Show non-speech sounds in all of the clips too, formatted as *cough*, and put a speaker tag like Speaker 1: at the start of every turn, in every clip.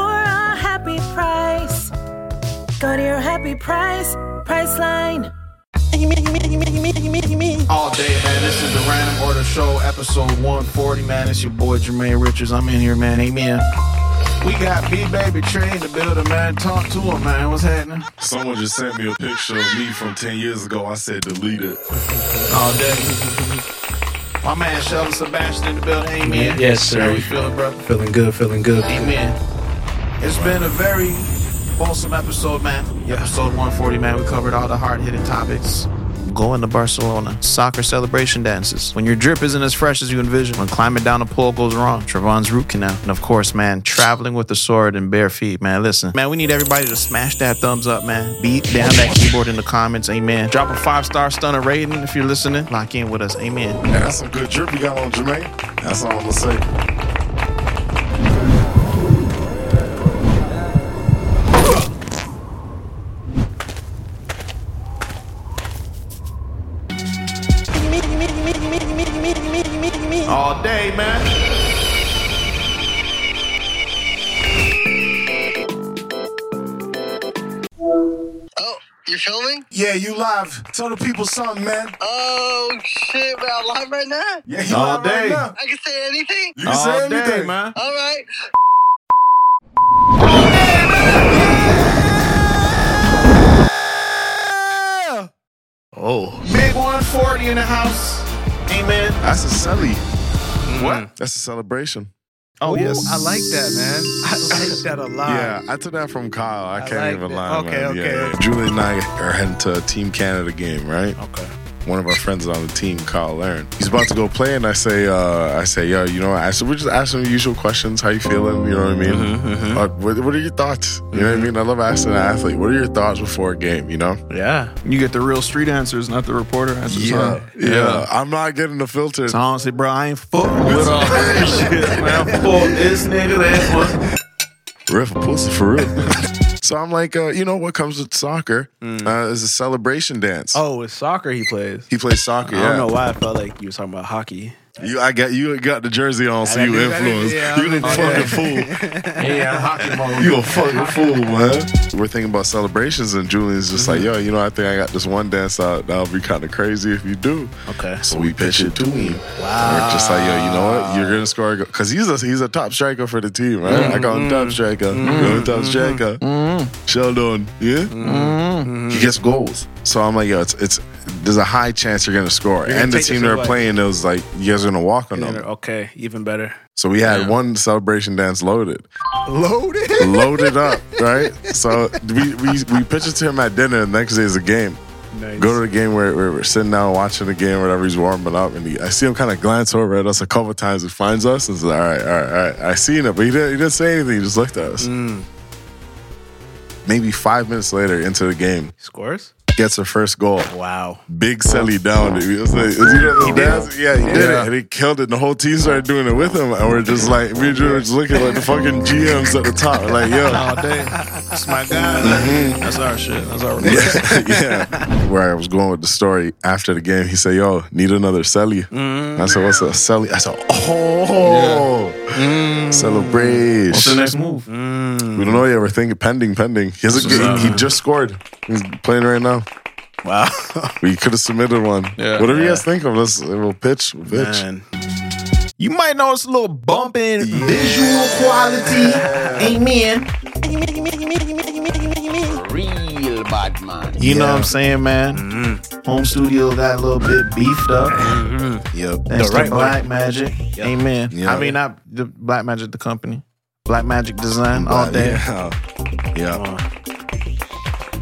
Speaker 1: a happy price. Go to your happy price, Priceline.
Speaker 2: All day, man. This is the Random Order Show, episode 140, man. It's your boy Jermaine Richards. I'm in here, man. Amen. We got B Baby Trey in the building, man. Talk to him, man. What's happening?
Speaker 3: Someone just sent me a picture of me from 10 years ago. I said delete it.
Speaker 2: All day. My man Sheldon Sebastian in the building. Amen.
Speaker 4: Yes, sir.
Speaker 2: How you feeling, brother?
Speaker 4: Feeling good, feeling good.
Speaker 2: Amen. It's been a very wholesome episode, man. Episode 140, man. We covered all the hard hitting topics. Going to Barcelona, soccer celebration dances. When your drip isn't as fresh as you envision, when climbing down a pole goes wrong, Travon's root canal, and of course, man, traveling with the sword and bare feet, man. Listen, man, we need everybody to smash that thumbs up, man. Beat down that keyboard in the comments, amen. Drop a five star stunner rating if you're listening. Lock in with us, amen.
Speaker 3: Man, that's some good drip you got on, Jermaine. That's all I'm gonna say.
Speaker 2: All day, man.
Speaker 5: Oh, you're filming?
Speaker 3: Yeah, you live. Tell the people something, man.
Speaker 5: Oh shit, man, I'm live right now.
Speaker 3: Yeah, you
Speaker 2: All
Speaker 3: live right
Speaker 2: day.
Speaker 3: now.
Speaker 5: I can say anything.
Speaker 3: You can say
Speaker 2: All day,
Speaker 3: anything,
Speaker 2: man.
Speaker 5: All right.
Speaker 2: Big 140 in the house. Amen.
Speaker 3: That's a celly.
Speaker 2: What?
Speaker 3: That's a celebration.
Speaker 2: Mm-hmm. Oh, yes.
Speaker 6: I like that, man. *laughs* I like that a lot.
Speaker 3: Yeah, I took that from Kyle. I, can't
Speaker 6: liked
Speaker 3: even
Speaker 6: it.
Speaker 3: lie.
Speaker 6: Okay,
Speaker 3: man. Yeah,
Speaker 6: okay.
Speaker 3: yeah. Julie and I are heading to a Team Canada game, right?
Speaker 2: Okay.
Speaker 3: One of our friends on the team, Kyle Aaron. He's about to go play, and I say, uh, I say, yo, you know, what? I said, we're just asking the usual questions. How you feeling? You know what I mean?
Speaker 6: Mm-hmm,
Speaker 3: Uh, what, what are your thoughts? You know what I mean? I love asking an athlete, what are your thoughts before a game? You know?
Speaker 2: Yeah. You get the real street answers, not the reporter answers. huh?
Speaker 3: yeah. I'm not getting the filter.
Speaker 2: So honestly, bro, I ain't fucking with all this *laughs* shit, man. I'm full this nigga, that one.
Speaker 3: Riff a pussy for
Speaker 6: *laughs*
Speaker 3: real. so I'm like, uh, you know what comes with soccer uh, is a celebration dance.
Speaker 6: Mm. Oh, it's soccer he plays.
Speaker 3: He plays soccer.
Speaker 6: I
Speaker 3: yeah.
Speaker 6: don't know why I felt like you were talking about hockey.
Speaker 3: You, I got you got the jersey on, so
Speaker 6: I
Speaker 3: you
Speaker 6: did- I did-
Speaker 3: influenced.
Speaker 6: yeah, I
Speaker 3: you a
Speaker 6: was-
Speaker 3: fucking fool.
Speaker 2: Yeah, hockey mode.
Speaker 3: You a fucking fool, man. We're thinking about celebrations, and Julian's just like, yo, you know, I think I got this one dance out. That'll be kind of crazy if you do.
Speaker 6: Okay.
Speaker 3: So we pitch it to him. Wow. We're just like, yo, you know what? You're gonna score because he's a he's a top striker for the team, right? I call him top striker. You know, top striker. Sheldon, yeah. He gets goals. So I'm like, yo, it's it's there's a high chance you're gonna score,
Speaker 6: gonna
Speaker 3: and the
Speaker 6: take
Speaker 3: team
Speaker 6: this
Speaker 3: they're
Speaker 6: away.
Speaker 3: playing, it was like you guys are gonna walk on them.
Speaker 6: Okay, even better.
Speaker 3: So we had one celebration dance loaded. Loaded? Loaded up, right? So we, we, we pitch it to him at dinner, and the next day is a game.
Speaker 6: Nice.
Speaker 3: Go to the game where, where we're sitting down watching the game, whatever he's warming up, and he, I see him kind of glance over at us a couple times. He finds us and says, "All right, all right, all right." I seen it, but he didn't, he didn't say anything. He just looked at us. Maybe five minutes later, into the game,
Speaker 6: Scores?
Speaker 3: gets her first goal.
Speaker 6: Wow.
Speaker 3: Big Selly down. It was like, is he doing dance? Yeah, he did
Speaker 6: Yeah.
Speaker 3: it. And he killed it. And the whole team started doing it with him. And we're just like, me and Drew were just looking like the fucking GMs at the top. Like, yo.
Speaker 2: All day. That's my guy. man. That's our shit. That's our
Speaker 3: *laughs* yeah. Where I was going with the story after the game, he said, yo, need another Selly. I said, what's a Selly? I said, oh,
Speaker 2: Mm.
Speaker 3: celebration.
Speaker 2: What's the next move?
Speaker 3: We don't know yet. We're thinking pending, pending. He, hasn't, he,
Speaker 2: uh,
Speaker 3: he just scored. He's playing right now.
Speaker 6: Wow.
Speaker 3: We could have submitted one.
Speaker 2: Yeah.
Speaker 3: Whatever you
Speaker 2: Yeah.
Speaker 3: guys think of, let's we'll pitch, we'll pitch.
Speaker 6: Man.
Speaker 2: You might notice a little bump in visual quality. Amen.
Speaker 5: Real bad man.
Speaker 2: You know what I'm saying, man? Home studio got a little bit beefed up.
Speaker 3: Yep.
Speaker 2: That's Mm-hmm.
Speaker 6: right
Speaker 2: the Black Magic. Amen.
Speaker 3: Yeah.
Speaker 2: I mean, not the Black Magic, the company. Black Magic Design all day.
Speaker 3: Yeah. *laughs* yeah.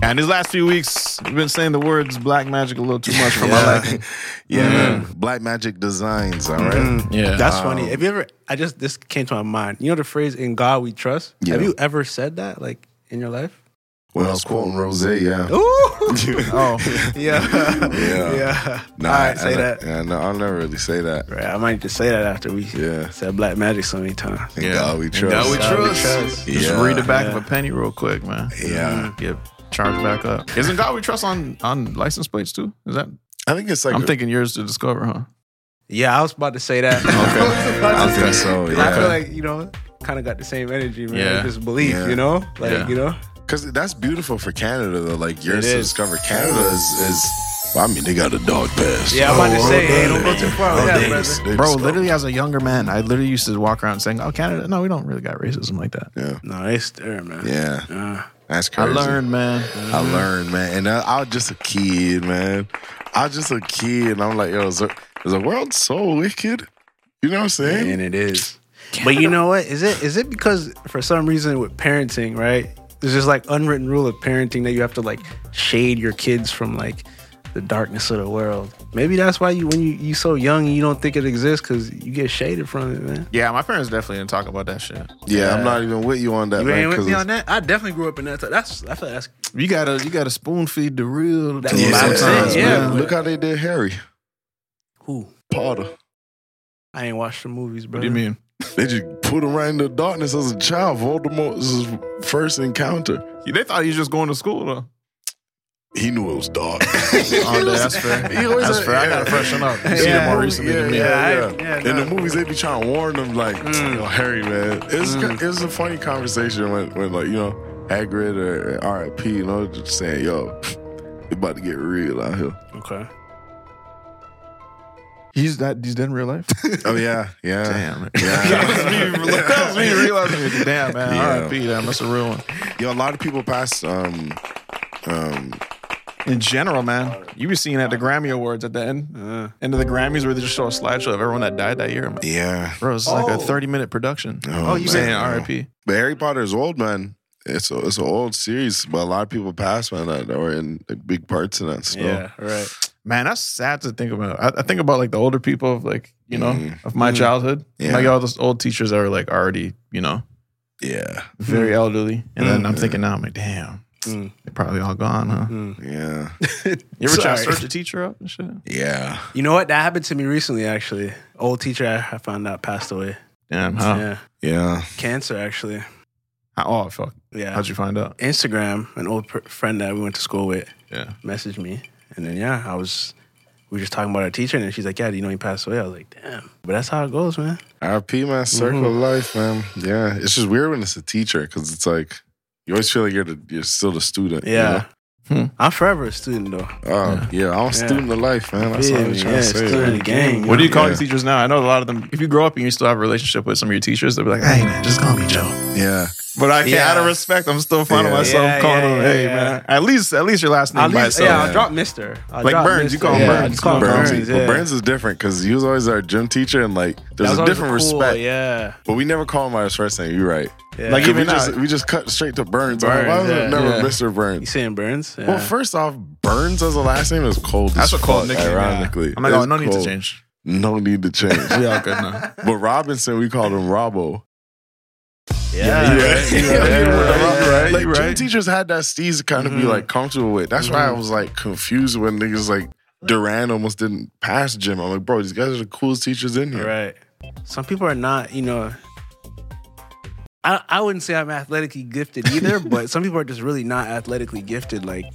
Speaker 2: And these last few weeks, I've been saying the words Black Magic a little too much for my *laughs* liking.
Speaker 3: *laughs* Yeah,
Speaker 6: Mm-hmm.
Speaker 3: man. Black Magic Designs, all right?
Speaker 2: Yeah.
Speaker 6: That's funny. Have you ever I just this came to my mind. You know the phrase in God we trust?
Speaker 3: Yeah.
Speaker 6: Have you ever said that like in your life?
Speaker 3: When I was quoting Rose, yeah. *laughs*
Speaker 6: *laughs* Oh, yeah.
Speaker 3: Yeah.
Speaker 6: yeah.
Speaker 3: Nah,
Speaker 6: All right,
Speaker 3: I-
Speaker 6: say
Speaker 3: I-
Speaker 6: that.
Speaker 3: Yeah, no, I'll never really say that.
Speaker 6: Right, I might just say that after we
Speaker 3: Yeah.
Speaker 6: said black magic so many times.
Speaker 3: In God we
Speaker 2: In
Speaker 3: trust.
Speaker 2: God we
Speaker 6: God we
Speaker 2: trust.
Speaker 6: trust.
Speaker 2: Just
Speaker 3: Yeah.
Speaker 2: read the back of a penny real quick, man.
Speaker 6: Mm-hmm.
Speaker 3: Yeah.
Speaker 2: Get charged back up. Isn't God we trust on on license plates too? Is that?
Speaker 3: I think it's like
Speaker 2: I'm thinking yours to discover, huh?
Speaker 6: Yeah, *laughs* I was about to say that.
Speaker 3: Okay. I think so.
Speaker 6: I feel
Speaker 3: Yeah,
Speaker 6: like you know, kind of got the same energy, man.
Speaker 2: Yeah.
Speaker 6: Just belief,
Speaker 3: Yeah.
Speaker 6: you know, like
Speaker 2: Yeah.
Speaker 6: you know.
Speaker 3: because that's beautiful for Canada though. Like yours
Speaker 6: It
Speaker 3: to
Speaker 6: is.
Speaker 3: discover Canada is. is well, I mean, they got a dog pass. Oh,
Speaker 6: Yeah, I'm about to say, hey,
Speaker 3: damn
Speaker 6: don't go
Speaker 3: it.
Speaker 6: too far with
Speaker 3: Oh,
Speaker 6: that,
Speaker 3: damn,
Speaker 6: brother.
Speaker 3: they
Speaker 2: Bro,
Speaker 3: discovered-
Speaker 2: literally as a younger man, I literally used to walk around saying, "Oh, Canada, no, we don't really got racism like that."
Speaker 3: Yeah,
Speaker 6: No, it's there, man.
Speaker 3: yeah,
Speaker 6: Uh,
Speaker 3: that's
Speaker 2: I
Speaker 3: crazy.
Speaker 2: learned, man.
Speaker 3: I learned, man. And I, I was just a kid, man. I was just a kid, and I'm like, yo, is the, is the world so wicked? You know what I'm saying?
Speaker 6: and it is. But you know what? Is it is it because for some reason with parenting, right? There's just like unwritten rule of parenting that you have to like shade your kids from like the darkness of the world. Maybe that's why you when you you so young you don't think it exists because you get shaded from it, man.
Speaker 2: Yeah, my parents definitely didn't talk about that shit.
Speaker 3: yeah, I'm not even with you on that,
Speaker 6: You
Speaker 3: man.
Speaker 6: ain't with
Speaker 3: 'cause
Speaker 6: me
Speaker 3: it's-
Speaker 6: on that. I definitely grew up in that. That's I feel like that's
Speaker 2: You gotta, you gotta spoon feed the real. to
Speaker 6: Yeah.
Speaker 2: them
Speaker 6: That's it,
Speaker 2: sometimes,
Speaker 6: yeah.
Speaker 2: man.
Speaker 3: Look how they did Harry
Speaker 6: who
Speaker 3: Potter.
Speaker 6: I ain't watched the movies, bro.
Speaker 2: What do you mean?
Speaker 3: They just put him right in the darkness as a child. Voldemort's first encounter.
Speaker 2: *laughs* They thought he was just going to school though.
Speaker 3: He knew it was dark.
Speaker 2: Oh, that's fair.
Speaker 3: always
Speaker 2: That's
Speaker 3: a-
Speaker 2: fair. I gotta
Speaker 3: yeah.
Speaker 2: freshen up. You see
Speaker 6: Yeah.
Speaker 2: it more recently
Speaker 3: yeah,
Speaker 2: than me.
Speaker 3: yeah,
Speaker 6: Yeah, I-
Speaker 3: yeah.
Speaker 6: yeah,
Speaker 3: In
Speaker 6: no.
Speaker 3: the movies, they be trying to warn them, like, "Yo, Harry, man. It's it's a funny conversation when, when like you know Hagrid or RIP, you know, just saying, "Yo, *laughs* it about to get real out here."
Speaker 6: Okay.
Speaker 2: He's that. He's dead in real life.
Speaker 3: Oh yeah, yeah.
Speaker 2: Damn.
Speaker 3: Yeah.
Speaker 2: *laughs* that was me, that was me realizing. Damn, man.
Speaker 3: Yeah.
Speaker 2: R.I.P. Damn, that's a real one.
Speaker 3: Yo, a lot of people pass. Um, um,
Speaker 2: In general, man, you be seeing at the Grammy Awards at the end, uh, end of the Grammys, where they just show a slideshow of everyone that died that year. I'm like,
Speaker 3: yeah.
Speaker 2: Bro, it's like a 30 minute production.
Speaker 3: Oh,
Speaker 2: you
Speaker 3: man.
Speaker 2: saying R.I.P.
Speaker 3: But Harry Potter is old, man. It's a, it's an old series, but a lot of people pass, man, that are in like, big parts in that. So.
Speaker 6: Yeah.
Speaker 2: Oh.
Speaker 6: Right.
Speaker 2: Man, that's sad to think about. I, I think about like the older people of like you know
Speaker 3: Mm.
Speaker 2: of my childhood,
Speaker 3: Yeah.
Speaker 2: like all those old teachers that were like already you know
Speaker 3: Yeah.
Speaker 2: very
Speaker 3: Mm.
Speaker 2: elderly. And then I'm thinking now, I'm like, damn, they're probably all gone, huh?
Speaker 3: Mm. Yeah.
Speaker 2: You ever try to
Speaker 6: Sorry.
Speaker 2: search a teacher up and shit?
Speaker 3: Yeah.
Speaker 6: You know what? That happened to me recently, actually. Old teacher I I found out passed away.
Speaker 2: Damn, how?
Speaker 6: Yeah.
Speaker 3: Yeah.
Speaker 6: Cancer, actually.
Speaker 2: how oh, fuck.
Speaker 6: Yeah.
Speaker 2: How'd you find out?
Speaker 6: Instagram, an old per- friend that we went to school with,
Speaker 2: Yeah.
Speaker 6: messaged me. And then, yeah, I was, we were just talking about our teacher. And then she's like, yeah, do you know he passed away? I was like, damn. But that's how it goes, man.
Speaker 3: RP, man. Circle
Speaker 6: Mm-hmm.
Speaker 3: of life, man. Yeah. It's just weird when it's a teacher because it's like, you always feel like you're the, you're still the student. you
Speaker 6: Yeah.
Speaker 2: Hmm.
Speaker 6: I'm forever a student, though.
Speaker 3: know? Oh, yeah. I'm a student of life, man. That's what
Speaker 6: yeah,
Speaker 3: I'm trying
Speaker 6: yeah,
Speaker 3: to say.
Speaker 6: student of the game.
Speaker 2: What do you call
Speaker 3: Yeah.
Speaker 2: your teachers now? I know a lot of them. If you grow up and you still have a relationship with some of your teachers, they'll be like, "Hey man, just call me Joe."
Speaker 3: Yeah.
Speaker 2: But I can't. Out of
Speaker 6: Yeah.
Speaker 2: respect, I'm still finding
Speaker 3: Yeah.
Speaker 2: myself
Speaker 6: Yeah,
Speaker 2: calling
Speaker 6: yeah,
Speaker 2: them,
Speaker 6: yeah,
Speaker 2: "Hey
Speaker 6: yeah.
Speaker 2: man." At least, at least your last name
Speaker 6: I'll
Speaker 2: by
Speaker 6: leave,
Speaker 2: itself.
Speaker 6: yeah, I'll
Speaker 3: Yeah.
Speaker 6: drop Mister. I'll
Speaker 2: Like
Speaker 6: drop
Speaker 2: Burns, you
Speaker 6: Mister.
Speaker 2: call him
Speaker 6: Yeah,
Speaker 2: Burns.
Speaker 6: I just call him
Speaker 3: Burns,
Speaker 6: Burns.
Speaker 2: Burns,
Speaker 6: yeah.
Speaker 3: but Burns is different because he was always our gym teacher and like
Speaker 6: That
Speaker 3: there's
Speaker 6: was
Speaker 3: a
Speaker 6: always
Speaker 3: different
Speaker 6: cool,
Speaker 3: respect.
Speaker 6: Yeah.
Speaker 3: But we never call him by his first name. You're right.
Speaker 6: yeah.
Speaker 2: Like,
Speaker 3: Like
Speaker 2: even
Speaker 3: we just
Speaker 2: now-
Speaker 3: we just cut straight to Burns. I'm like, Why was
Speaker 6: Burns,
Speaker 3: it
Speaker 6: yeah.
Speaker 3: never
Speaker 2: Yeah.
Speaker 3: Mr.
Speaker 6: you
Speaker 3: Burns?
Speaker 6: saying Burns? Yeah.
Speaker 3: Well, first off, Burns as a last name is cold.
Speaker 2: That's
Speaker 3: as
Speaker 2: a cold
Speaker 3: fuck,
Speaker 2: nickname. yeah.
Speaker 3: Ironically,
Speaker 2: I'm like,
Speaker 3: It's
Speaker 2: "Oh, no need to
Speaker 3: cold.
Speaker 2: change."
Speaker 3: No need to change.
Speaker 2: *laughs* We all good now.
Speaker 3: but Robinson, we called him Robbo.
Speaker 6: yeah.
Speaker 3: You know,
Speaker 2: yeah,
Speaker 3: you were
Speaker 2: yeah,
Speaker 3: Rob-
Speaker 2: yeah,
Speaker 3: Like
Speaker 2: you
Speaker 3: gym
Speaker 2: right. Mm-hmm.
Speaker 3: teachers had that steez to kind of be like comfortable with. That's why I was like confused when niggas like Duran almost didn't pass gym. I'm like, bro, these guys are the coolest teachers in here.
Speaker 6: Right. Some people are not, you know. I, I wouldn't say I'm athletically
Speaker 2: *laughs*
Speaker 6: gifted either, but some people are just really not athletically gifted. Like,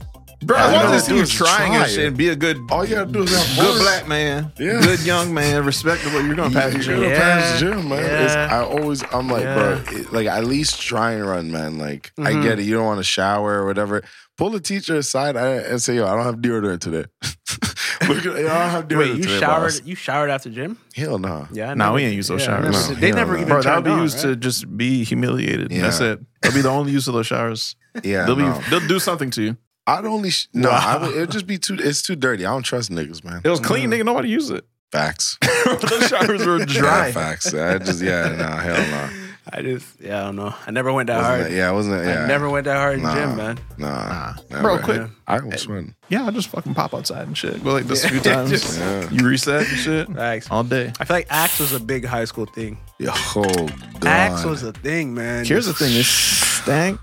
Speaker 2: Bro,
Speaker 3: All
Speaker 2: as
Speaker 3: you
Speaker 2: long
Speaker 3: gotta
Speaker 2: as
Speaker 3: do
Speaker 2: you
Speaker 3: is
Speaker 2: trying and
Speaker 3: try.
Speaker 2: shit and be a good,
Speaker 3: All you gotta do is have
Speaker 2: good
Speaker 3: fun.
Speaker 2: black man,
Speaker 3: Yeah.
Speaker 2: good young man, respectable, you're gonna pass the
Speaker 3: You're
Speaker 2: gym.
Speaker 3: gonna
Speaker 6: Yeah.
Speaker 3: pass the gym, man. It's-
Speaker 6: Yeah.
Speaker 3: I always, I'm like,
Speaker 6: Yeah. Mm-hmm.
Speaker 3: bro, it- like at least try and run, man. Like, I get it. You don't want to shower or whatever. Pull the teacher aside and and say, yo, I don't have deodorant today. *laughs* Look at, yo, I don't have deodorant
Speaker 6: wait, you
Speaker 3: today,
Speaker 6: showered?
Speaker 3: boss.
Speaker 6: You showered after gym?
Speaker 3: Hell no. Yeah.
Speaker 6: Yeah. I
Speaker 2: Nah,
Speaker 6: never-
Speaker 2: we ain't use those
Speaker 6: I
Speaker 2: showers.
Speaker 6: never-
Speaker 3: No,
Speaker 6: they
Speaker 3: hell
Speaker 6: never
Speaker 3: no.
Speaker 6: even
Speaker 2: Bro, that
Speaker 6: turned
Speaker 2: would be
Speaker 6: on,
Speaker 2: used
Speaker 6: right?
Speaker 2: to just be humiliated.
Speaker 3: Yeah.
Speaker 2: That's it. That'll be the only use of those showers. they'll be
Speaker 3: no.
Speaker 2: they'll do something to you.
Speaker 3: I'd only, sh- no, I would, it'd just be too, it's too dirty. I don't trust niggas, man.
Speaker 2: It was clean, nigga. Nobody used it. *laughs*
Speaker 6: *laughs*
Speaker 3: Facts.
Speaker 2: those showers were dry.
Speaker 3: Yeah, facts. I just, yeah, no, hell
Speaker 6: *laughs*
Speaker 3: no.
Speaker 6: I just, yeah, I don't know. I never went that
Speaker 3: Wasn't
Speaker 6: hard.
Speaker 3: it- yeah, it wasn't it? Yeah.
Speaker 6: I never went that hard in
Speaker 3: Nah.
Speaker 6: gym, man.
Speaker 3: Nah. nah
Speaker 2: Bro,
Speaker 3: man.
Speaker 2: quick.
Speaker 3: I was sweating.
Speaker 2: yeah, I just fucking pop outside and shit. Go like this a few times.
Speaker 6: Just-
Speaker 3: Yeah.
Speaker 2: You reset and shit
Speaker 6: *laughs* Facts.
Speaker 2: all day.
Speaker 6: I feel like Axe was a big high school thing.
Speaker 3: Yo, God.
Speaker 6: Axe was a thing, man.
Speaker 2: Here's the thing: it stank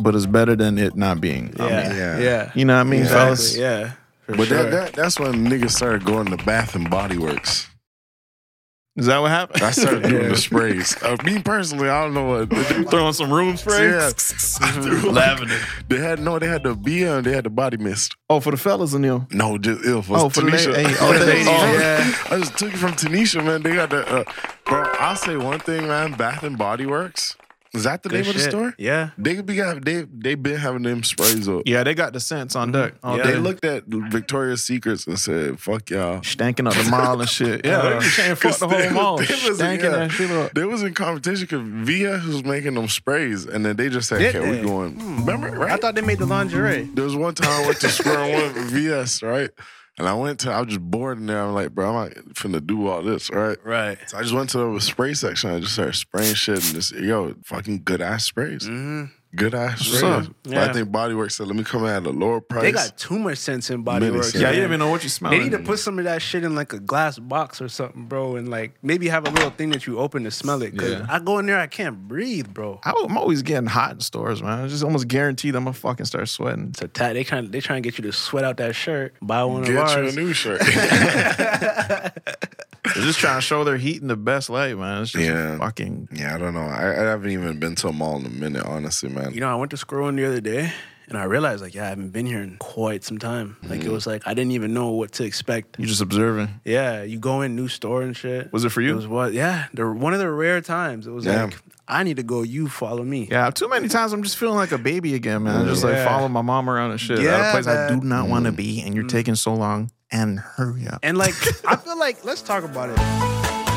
Speaker 2: but it's better than it not being. I mean,
Speaker 3: yeah.
Speaker 6: *laughs* yeah.
Speaker 2: you know what I mean,
Speaker 6: Exactly,
Speaker 2: fellas?
Speaker 6: Yeah. For
Speaker 3: But
Speaker 6: sure.
Speaker 3: that, that that's when niggas started going to Bath and Body Works.
Speaker 2: Is that what happened?
Speaker 3: I started doing the sprays. Uh, me personally, I don't know what.
Speaker 2: *laughs* throwing some room spray. *laughs*
Speaker 3: Yeah. I threw, like,
Speaker 2: Lavender.
Speaker 3: they had no, they had the BM, they had the body mist.
Speaker 2: Oh, for the fellas in them.
Speaker 3: No, just ill for
Speaker 2: Oh, for the
Speaker 3: Tanisha.
Speaker 2: la-
Speaker 3: *laughs*
Speaker 2: hey, oh,
Speaker 3: Yeah,
Speaker 2: ladies,
Speaker 3: oh,
Speaker 2: yeah.
Speaker 3: I just took it from Tanisha, man. They got the uh, bro. I'll say one thing, man. Bath and Body Works is that the
Speaker 6: Good
Speaker 3: name of the
Speaker 6: shit.
Speaker 3: store?
Speaker 6: Yeah.
Speaker 3: They could be have they they been having them sprays up.
Speaker 2: Yeah, they got the scents on deck. Oh,
Speaker 6: Yeah.
Speaker 3: They looked at Victoria's Secrets and said, "Fuck y'all."
Speaker 2: stanking up the mall and shit. Yeah, they be saying fuck *laughs* the whole mall. Stanking
Speaker 3: yeah,
Speaker 2: that shit up.
Speaker 3: They was in competition because Via was making them sprays, and then they just said,
Speaker 6: Did
Speaker 3: "Okay, we
Speaker 6: they?
Speaker 3: going." Hmm, Remember, right?
Speaker 6: I thought they made the lingerie.
Speaker 3: There was one time I went to Square One *laughs* with VS, right? And I went to, I was just bored in there. I'm like, bro, I'm not finna do all this, right?
Speaker 6: Right.
Speaker 3: So I just went to the spray section. I just started spraying shit and just, yo, fucking good ass sprays. Good ass
Speaker 2: up?
Speaker 3: sprays. But I
Speaker 6: Mm-hmm. Yeah.
Speaker 3: think Body Works said, let me come at a lower price.
Speaker 6: They got too much sense in body
Speaker 3: Minutes,
Speaker 6: work.
Speaker 3: yeah. Yeah, you
Speaker 6: man.
Speaker 3: didn't even
Speaker 2: know what you smelling.
Speaker 6: They need to put some of that shit in like a glass box or something, bro, and like maybe have a little thing that you open to smell it. Cause
Speaker 2: Yeah.
Speaker 6: I go in there, I can't breathe, bro.
Speaker 2: I, am always getting hot in stores, man. It's just almost guaranteed I'm gonna fucking start sweating.
Speaker 6: It's a tat. They trying they trying to get you to sweat out that shirt. Buy *laughs* one of
Speaker 3: Get you a
Speaker 6: ours.
Speaker 3: new shirt. *laughs*
Speaker 2: They're just trying to show their heat in the best light, man. It's just
Speaker 3: Yeah.
Speaker 2: fucking.
Speaker 3: yeah, I don't know. I, I haven't even been to a mall in a minute, honestly, man.
Speaker 6: You know, I went to Square One the other day and I realized like, yeah, I haven't been here in quite some time. Like
Speaker 3: Mm-hmm.
Speaker 6: it was like I didn't even know what to expect.
Speaker 2: You're just observing.
Speaker 6: Yeah, you go in new store and shit.
Speaker 2: Was it for you?
Speaker 6: It was what? Yeah, the, one of the rare times. It was
Speaker 3: Damn.
Speaker 6: like I need to go. You follow me.
Speaker 2: Yeah, too many times I'm just feeling like a baby again, man. I'm just like
Speaker 6: Yeah.
Speaker 2: following my mom around and shit. At a
Speaker 6: Yeah,
Speaker 2: place I
Speaker 6: man.
Speaker 2: do not want to be, and you're taking so long. And hurry up,
Speaker 6: Mm. And *laughs* like I feel like let's talk about it.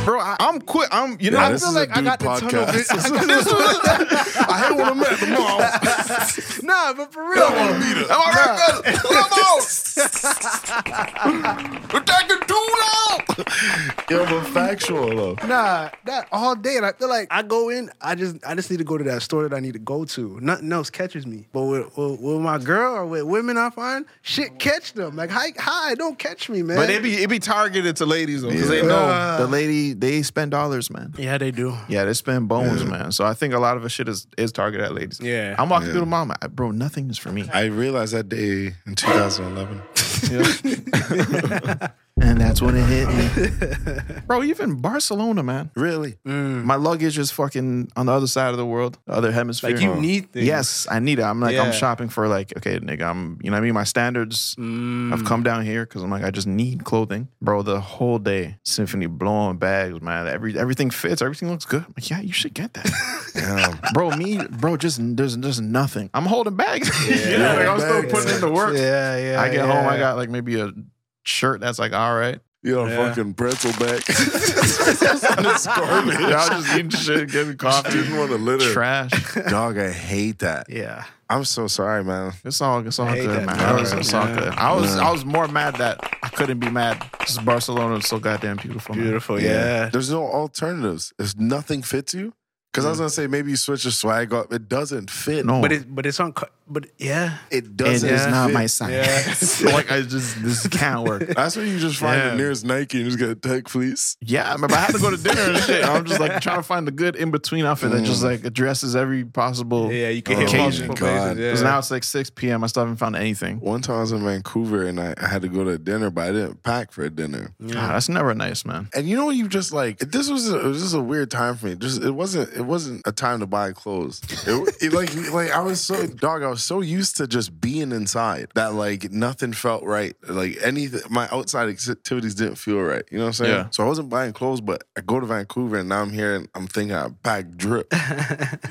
Speaker 2: bro. I, I'm quick. I'm, you know,
Speaker 3: Yeah,
Speaker 2: I
Speaker 3: this
Speaker 2: feel
Speaker 3: is a
Speaker 2: like I
Speaker 3: dude
Speaker 2: got the tunnel
Speaker 3: podcast. *laughs*
Speaker 2: vision. I got- this was-
Speaker 3: I hate when I'm at the mall.
Speaker 6: Nah, but for real.
Speaker 3: I want to meet
Speaker 2: *laughs*
Speaker 3: her.
Speaker 2: Am I right, cuz? Come on.
Speaker 3: We're taking too long. Yo, but factual though.
Speaker 6: Nah, that all day, and I feel like I go in. I just, I just need to go to that store that I need to go to. Nothing else catches me. But with, with, with my girl or with women, I find shit catch them. Like, hi, hi, don't catch me, man.
Speaker 2: But it be it be targeted to ladies though, because they
Speaker 3: Yeah.
Speaker 2: know the lady they spend dollars, man.
Speaker 6: yeah, they do.
Speaker 2: Yeah, they spend bones, man. So I think a lot of the shit is is targeted at ladies.
Speaker 6: Yeah.
Speaker 2: I'm walking
Speaker 3: Yeah.
Speaker 2: through the mall, I- bro. Nothing is for me.
Speaker 3: I realized that day in 2011.
Speaker 2: And that's when it hit me, *laughs* bro. Even Barcelona, man.
Speaker 3: really?
Speaker 2: My luggage is fucking on the other side of the world, the other hemisphere. Oh.
Speaker 6: Like you need things.
Speaker 2: Yes, I need it. I'm like, I'm
Speaker 6: Yeah.
Speaker 2: shopping for like, okay, nigga, I'm, you know what I mean? My standards
Speaker 6: Mm.
Speaker 2: have come down here because I'm like, I just need clothing. Bro, the whole day, Symphony blowing bags, man. Every, everything fits, everything looks good. I'm like, yeah, you should get
Speaker 6: *laughs*
Speaker 2: that.
Speaker 3: Damn.
Speaker 2: bro, me, bro, just, there's just nothing. I'm holding bags. *laughs* you know, like, I'm still
Speaker 3: Bags.
Speaker 2: putting in the work.
Speaker 6: Yeah, yeah.
Speaker 2: I get home, I
Speaker 6: yeah.
Speaker 2: got like maybe a shirt that's like, all
Speaker 6: *laughs*
Speaker 2: right.
Speaker 3: You know,
Speaker 6: Yeah.
Speaker 3: fucking pretzel
Speaker 2: *laughs*
Speaker 3: back.
Speaker 2: Y'all just eating shit, getting
Speaker 6: *laughs*
Speaker 3: Didn't
Speaker 2: coffee.
Speaker 3: want to litter.
Speaker 2: Trash.
Speaker 3: Dog, I hate that.
Speaker 2: Yeah.
Speaker 3: I'm so sorry, man.
Speaker 2: It's all it's all
Speaker 6: hate
Speaker 2: good,
Speaker 6: that
Speaker 2: man.
Speaker 6: part.
Speaker 2: It was- it's all
Speaker 6: Yeah.
Speaker 2: good. I was I was more mad that I couldn't be mad because Barcelona was so goddamn beautiful. man.
Speaker 6: beautiful. Yeah.
Speaker 3: There's no alternatives. If nothing fits you, because I was gonna say maybe you switch your swag up. It doesn't fit.
Speaker 2: Mm. No,
Speaker 6: But
Speaker 2: it
Speaker 6: it's, but it's on. But yeah.
Speaker 3: it
Speaker 2: is
Speaker 3: doesn't.
Speaker 2: not
Speaker 3: fit. *laughs*
Speaker 2: my sign. *laughs*
Speaker 6: Yeah.
Speaker 2: like I just this can't work.
Speaker 3: That's where you just find
Speaker 2: Yeah.
Speaker 3: the nearest Nike and just get a tech fleece.
Speaker 2: Yeah, I remember I had to go to dinner and shit. I'm just like trying to find the good in between outfit that just like addresses every possible.
Speaker 6: Yeah, you can
Speaker 3: hit
Speaker 6: hit
Speaker 2: occasion.
Speaker 3: multiple
Speaker 6: multiple
Speaker 3: places, Oh God.
Speaker 6: places.
Speaker 3: yeah.
Speaker 2: Because now it's like 6 p.m. I still haven't found anything.
Speaker 3: One time I was in Vancouver and I, I had to go to dinner, but I didn't pack for dinner.
Speaker 2: Ah, that's never nice, man.
Speaker 3: And you know when you just like this was a, this is a weird time for me. Just it wasn't it wasn't a time to buy clothes. It, it, like *laughs* like I was so dog. I was so used to just being inside that like nothing felt right. Like anything, my outside activities didn't feel right. You know what I'm saying?
Speaker 2: Yeah.
Speaker 3: So I wasn't buying clothes, but I go to Vancouver and now I'm here and I'm thinking I pack
Speaker 2: *laughs*
Speaker 3: drip.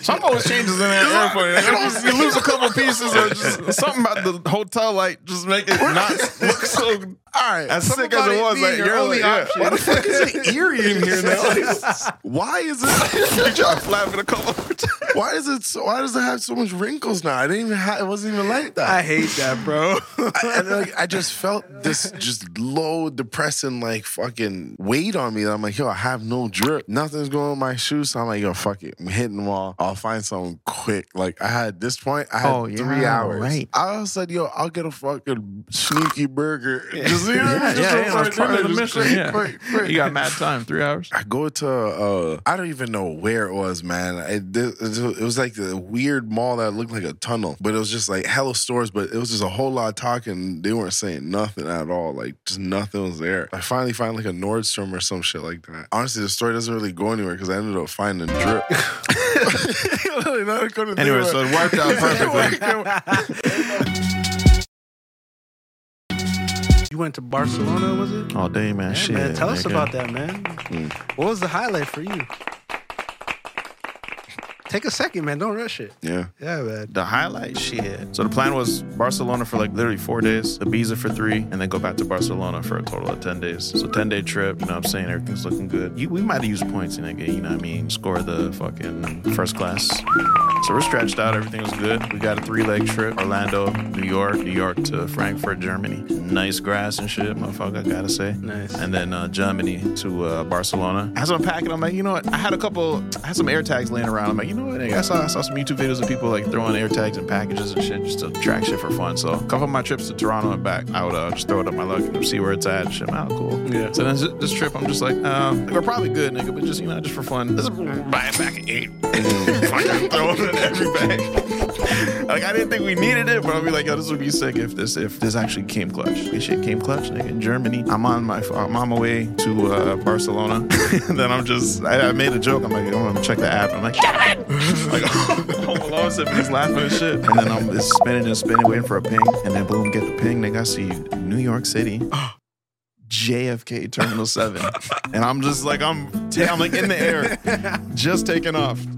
Speaker 2: Something always changes in that airport. *laughs* You lose a couple pieces or just something about the hotel light just make it not look so
Speaker 3: All right,
Speaker 2: As
Speaker 3: something
Speaker 2: sick as it
Speaker 3: about
Speaker 2: was,
Speaker 3: being
Speaker 2: like,
Speaker 3: your
Speaker 2: you're
Speaker 3: only
Speaker 2: like,
Speaker 3: option.
Speaker 2: yeah.
Speaker 3: Why the fuck is
Speaker 2: *laughs*
Speaker 3: it eerie in here now? Like, why is it?
Speaker 2: You try flapping a couple more times.
Speaker 3: Why is it? So, why does it have so much wrinkles now? I didn't even ha- it wasn't even like that.
Speaker 6: I hate that, *laughs* bro.
Speaker 2: *laughs*
Speaker 3: I- and like I just felt this just low, depressing, like fucking weight on me. I'm like, yo, I have no drip. Nothing's going on my shoes. So I'm like, yo, fuck it. I'm hitting the wall. I'll find something quick. Like I had at this point, I had
Speaker 2: Oh,
Speaker 3: three
Speaker 2: yeah,
Speaker 3: hours.
Speaker 2: right.
Speaker 3: I was like, yo, I'll get a fucking sneaky burger. Just, you know,
Speaker 2: Yeah,
Speaker 3: just
Speaker 2: yeah,
Speaker 3: go
Speaker 2: yeah,
Speaker 3: for
Speaker 2: that's
Speaker 3: a
Speaker 2: part of
Speaker 3: dinner,
Speaker 2: the
Speaker 3: just
Speaker 2: mission,
Speaker 3: quick,
Speaker 2: yeah.
Speaker 3: quick, quick.
Speaker 2: You got mad time, three hours.
Speaker 3: I go to uh I don't even know where it was, man. It, it was like a weird mall that looked like a tunnel, but it was just like hella stores, but it was just a whole lot of talking. They weren't saying nothing at all. Like just nothing was there. I finally find like a Nordstrom or some shit like that. Honestly, the story doesn't really go anywhere because I ended up
Speaker 2: *laughs*
Speaker 3: finding drip.
Speaker 2: Anyway,
Speaker 3: anyway,
Speaker 2: so it worked out perfectly.
Speaker 6: *laughs* you went to Barcelona, was it?
Speaker 2: Oh, damn, man. shit.
Speaker 6: man, tell us
Speaker 2: nigga.
Speaker 6: about that, man. What was the highlight for you? Take a second, man. Don't rush it.
Speaker 3: Yeah.
Speaker 6: Yeah, man.
Speaker 2: The highlight shit. So the plan was Barcelona for like literally four days, Ibiza for three, and then go back to Barcelona for a total of 10 days. So 10 day trip, you know what I'm saying? Everything's looking good. You, we might have used points in that game, you know what I mean? Score the fucking first class. So we're stretched out, everything was good. We got a three leg trip Orlando, New York, New York to Frankfurt, Germany. Nice grass and shit, motherfucker, I gotta say.
Speaker 6: Nice.
Speaker 2: And then uh, Germany to uh, Barcelona. As I'm packing, I'm like, you know what? I had a couple, I had some air tags laying around. I'm like, you know what? I saw, I saw some YouTube videos of people like throwing air tags and packages and shit just to track shit for fun. So a couple of my trips to Toronto and back, I would uh, just throw it up my luggage, see where it's at, shit, man, cool.
Speaker 6: Yeah.
Speaker 2: So then this, this trip, I'm just like, um, we're probably good, nigga, but just, you know, just for fun. Let's buy a pack of eight. *laughs* Fucking throw it in every bag. Like I didn't think we needed it, but I'll be like, yo, this would be sick if this if this actually came clutch. This shit came clutch, nigga. In Germany, I'm on my I'm on my way to uh, Barcelona, *laughs* and then I'm just I, I made a joke. I'm like, I'm gonna check the app. I'm like, shut it! *laughs* like Home Alone said, he's laughing and shit. And then I'm just spinning and spinning, waiting for a ping, and then boom, get the ping. Nigga, I see New York *gasps* City. JFK Terminal 7. and I'm just like, I'm, ta- I'm like in the air, just taking off. *laughs*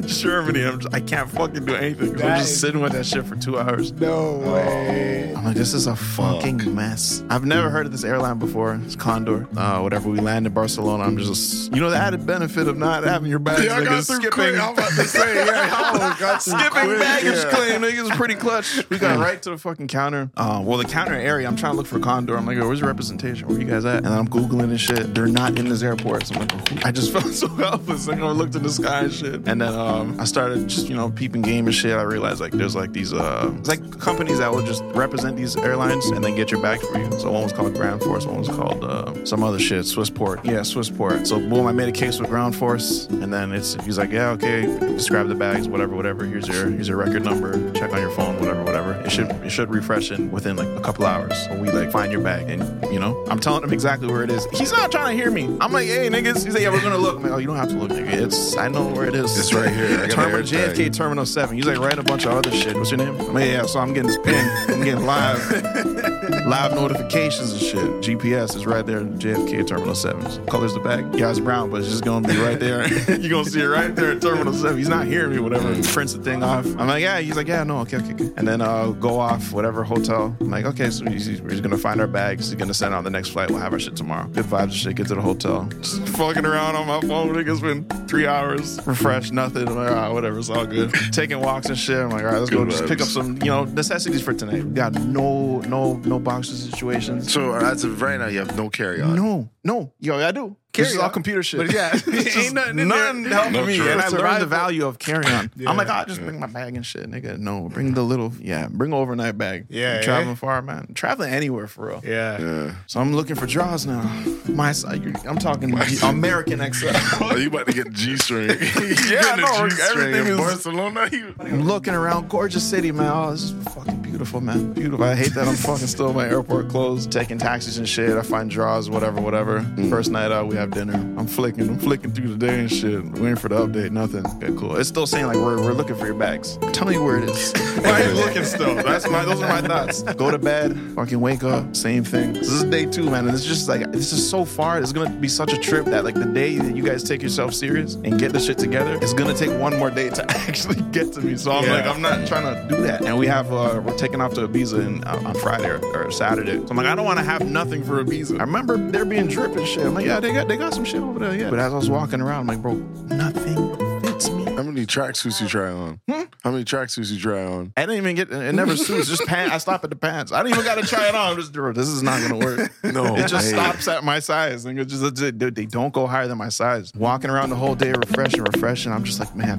Speaker 2: Germany, I'm just, I can't fucking do anything. 'cause I'm just sitting with that shit for two hours.
Speaker 6: No way.
Speaker 2: I'm like, this is a fucking mess. I've never heard of this airline before. It's Condor. Uh, whatever. We land in Barcelona. I'm just, you know, the added benefit of not having your bags.
Speaker 3: Yeah, I
Speaker 2: nigga,
Speaker 3: got
Speaker 2: is
Speaker 3: through
Speaker 2: skipping.
Speaker 3: quick. I'm about to say, yeah, I Oh, got
Speaker 2: *laughs*
Speaker 3: through
Speaker 2: Skipping
Speaker 3: quick,
Speaker 2: baggage
Speaker 3: yeah.
Speaker 2: claim, nigga, is pretty clutch. We got right to the fucking counter. Uh, well, the counter area, I'm trying to look for Condor. I'm like, yo, where's the representation? Where you guys at? And then I'm Googling and shit. They're not in this airport. So I'm like, who- I just *laughs* felt so helpless. Like, I looked in the sky and shit. And then um, I started just, you know, peeping game and shit. I realized, like, there's like these, uh, it's like companies that will just represent these airlines and then get your bag for you. So one was called Ground Force, one was called uh, some other shit, Swissport. Yeah, Swissport. So boom, I made a case with Ground Force, and then it's he's like, yeah, okay, describe the bags, whatever, whatever. Here's your here's your record number. Check on your phone, whatever, whatever. It should it should refresh in within like a couple hours. So we like find your bag, and you know, I'm telling him exactly where it is. He's not trying to hear me. I'm like, hey niggas. He's like, yeah, we're gonna look. I'm like, oh, you don't have to look, nigga. It's I know where it is.
Speaker 3: It's right here. I got the
Speaker 2: Terminal-
Speaker 3: air tag.
Speaker 2: JFK Terminal Seven. He's like writing a bunch of other shit. What's your name? I'm like, yeah. So I'm getting this ping. I'm getting live live notifications and shit. GPS is right there in JFK Terminal 7. Colors the back. Yeah, it's brown, but it's just gonna be right there. *laughs* You're gonna see it right there in Terminal 7. He's not hearing me, whatever. Prints the thing off. I'm like, yeah. He's like, yeah, no, okay, okay, okay. And then uh, go off, whatever hotel. I'm like, okay, so he's, he's- we're just gonna find our bags. He's gonna send out the next flight. We'll have our shit tomorrow. Good vibes and shit. Get to the hotel. Just fucking around on my phone. Nigga's been three hours. Refreshed, nothing. I'm like, all right, whatever. It's all good. Taking walks and shit. I'm like, all right, let's go
Speaker 3: Good
Speaker 2: just pick
Speaker 3: vibes.
Speaker 2: up some, you know, necessities for tonight. We got no, no, no boxes situations.
Speaker 3: So as of right now, you have no carry on.
Speaker 2: No, no, yo, I do. This is
Speaker 6: Carry
Speaker 2: all
Speaker 6: on.
Speaker 2: computer shit. *laughs*
Speaker 6: But yeah, *laughs*
Speaker 2: It's
Speaker 6: ain't
Speaker 2: just
Speaker 6: nothing in
Speaker 2: none
Speaker 6: there.
Speaker 2: helping
Speaker 3: No
Speaker 2: me.
Speaker 3: true.
Speaker 2: And I learned the
Speaker 6: Survival.
Speaker 2: value of carrying on. I'm like,
Speaker 6: Yeah.
Speaker 2: I'll just bring my bag and shit, nigga. No, bring the little, yeah, bring an overnight bag.
Speaker 6: Yeah,
Speaker 2: I'm
Speaker 6: eh?
Speaker 2: traveling far, man. Traveling anywhere for real.
Speaker 6: Yeah.
Speaker 2: So I'm looking for draws now. My side, you- I'm talking *laughs* American XL.
Speaker 3: Oh, you about to get G
Speaker 2: *laughs*
Speaker 3: string?
Speaker 2: I know. Everything is-
Speaker 3: in Barcelona. You,
Speaker 2: I'm looking around, gorgeous city, man. Oh, this is fucking beautiful, man. Beautiful. I hate that I'm fucking still in my airport clothes, taking taxis and shit. I find draws, whatever, whatever. First night out, we have dinner. I'm flicking, I'm flicking through the day and shit, waiting for the update. Nothing. Okay, cool. It's still saying like we're, we're looking for your bags. Tell me where it is. Why are you looking still? That's my those are my thoughts. *laughs* Go to bed, fucking wake up, same thing. This is day two, man, and it's just like this is so far. It's gonna be such a trip that like the day that you guys take yourself serious and get the shit together, it's gonna take one more day to *laughs* actually get to me. So I'm
Speaker 6: Yeah.
Speaker 2: like, I'm not trying to do that. And we have uh, we're taking off to Ibiza in, uh, on Friday or, or Saturday. So I'm like, I don't want to have nothing for Ibiza. I remember there being drip and shit. I'm like, yeah, they got they got some shit over there, yeah. But as I was walking around, I'm like, bro, nothing. fits. hates me.
Speaker 3: How many tracksuits you try on?
Speaker 2: Hmm?
Speaker 3: How many tracksuits you try on?
Speaker 2: I didn't even get it. Never suits. Just pants. I stop at the pants. I don't even gotta try it on. I'm just this is not gonna work.
Speaker 3: *laughs* No,
Speaker 2: it just
Speaker 3: hey.
Speaker 2: stops at my size, and it just it's- it- they they don't go higher than my size. Walking around the whole day, refreshing, refreshing. I'm just like, man,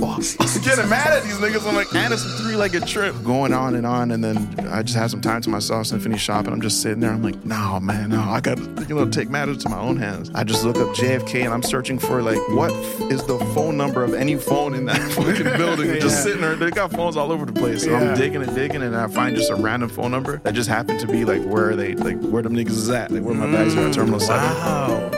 Speaker 2: fuck. I'm getting mad at these niggas. I'm like, man, it's a three-legged trip. Going on and on, and then I just have some time to myself. So I finish shopping. I'm just sitting there. I'm like, no, man, no. I gotta you know take matters to my own hands. I just look up JFK, and I'm searching for like what is the phone number of any phone in that *laughs* fucking building. Just sitting there. They got phones all over the place. So I'm digging and digging, and I find just a random phone number that just happened to be like where they like where them niggas is at, like where my bags are at Terminal Seven.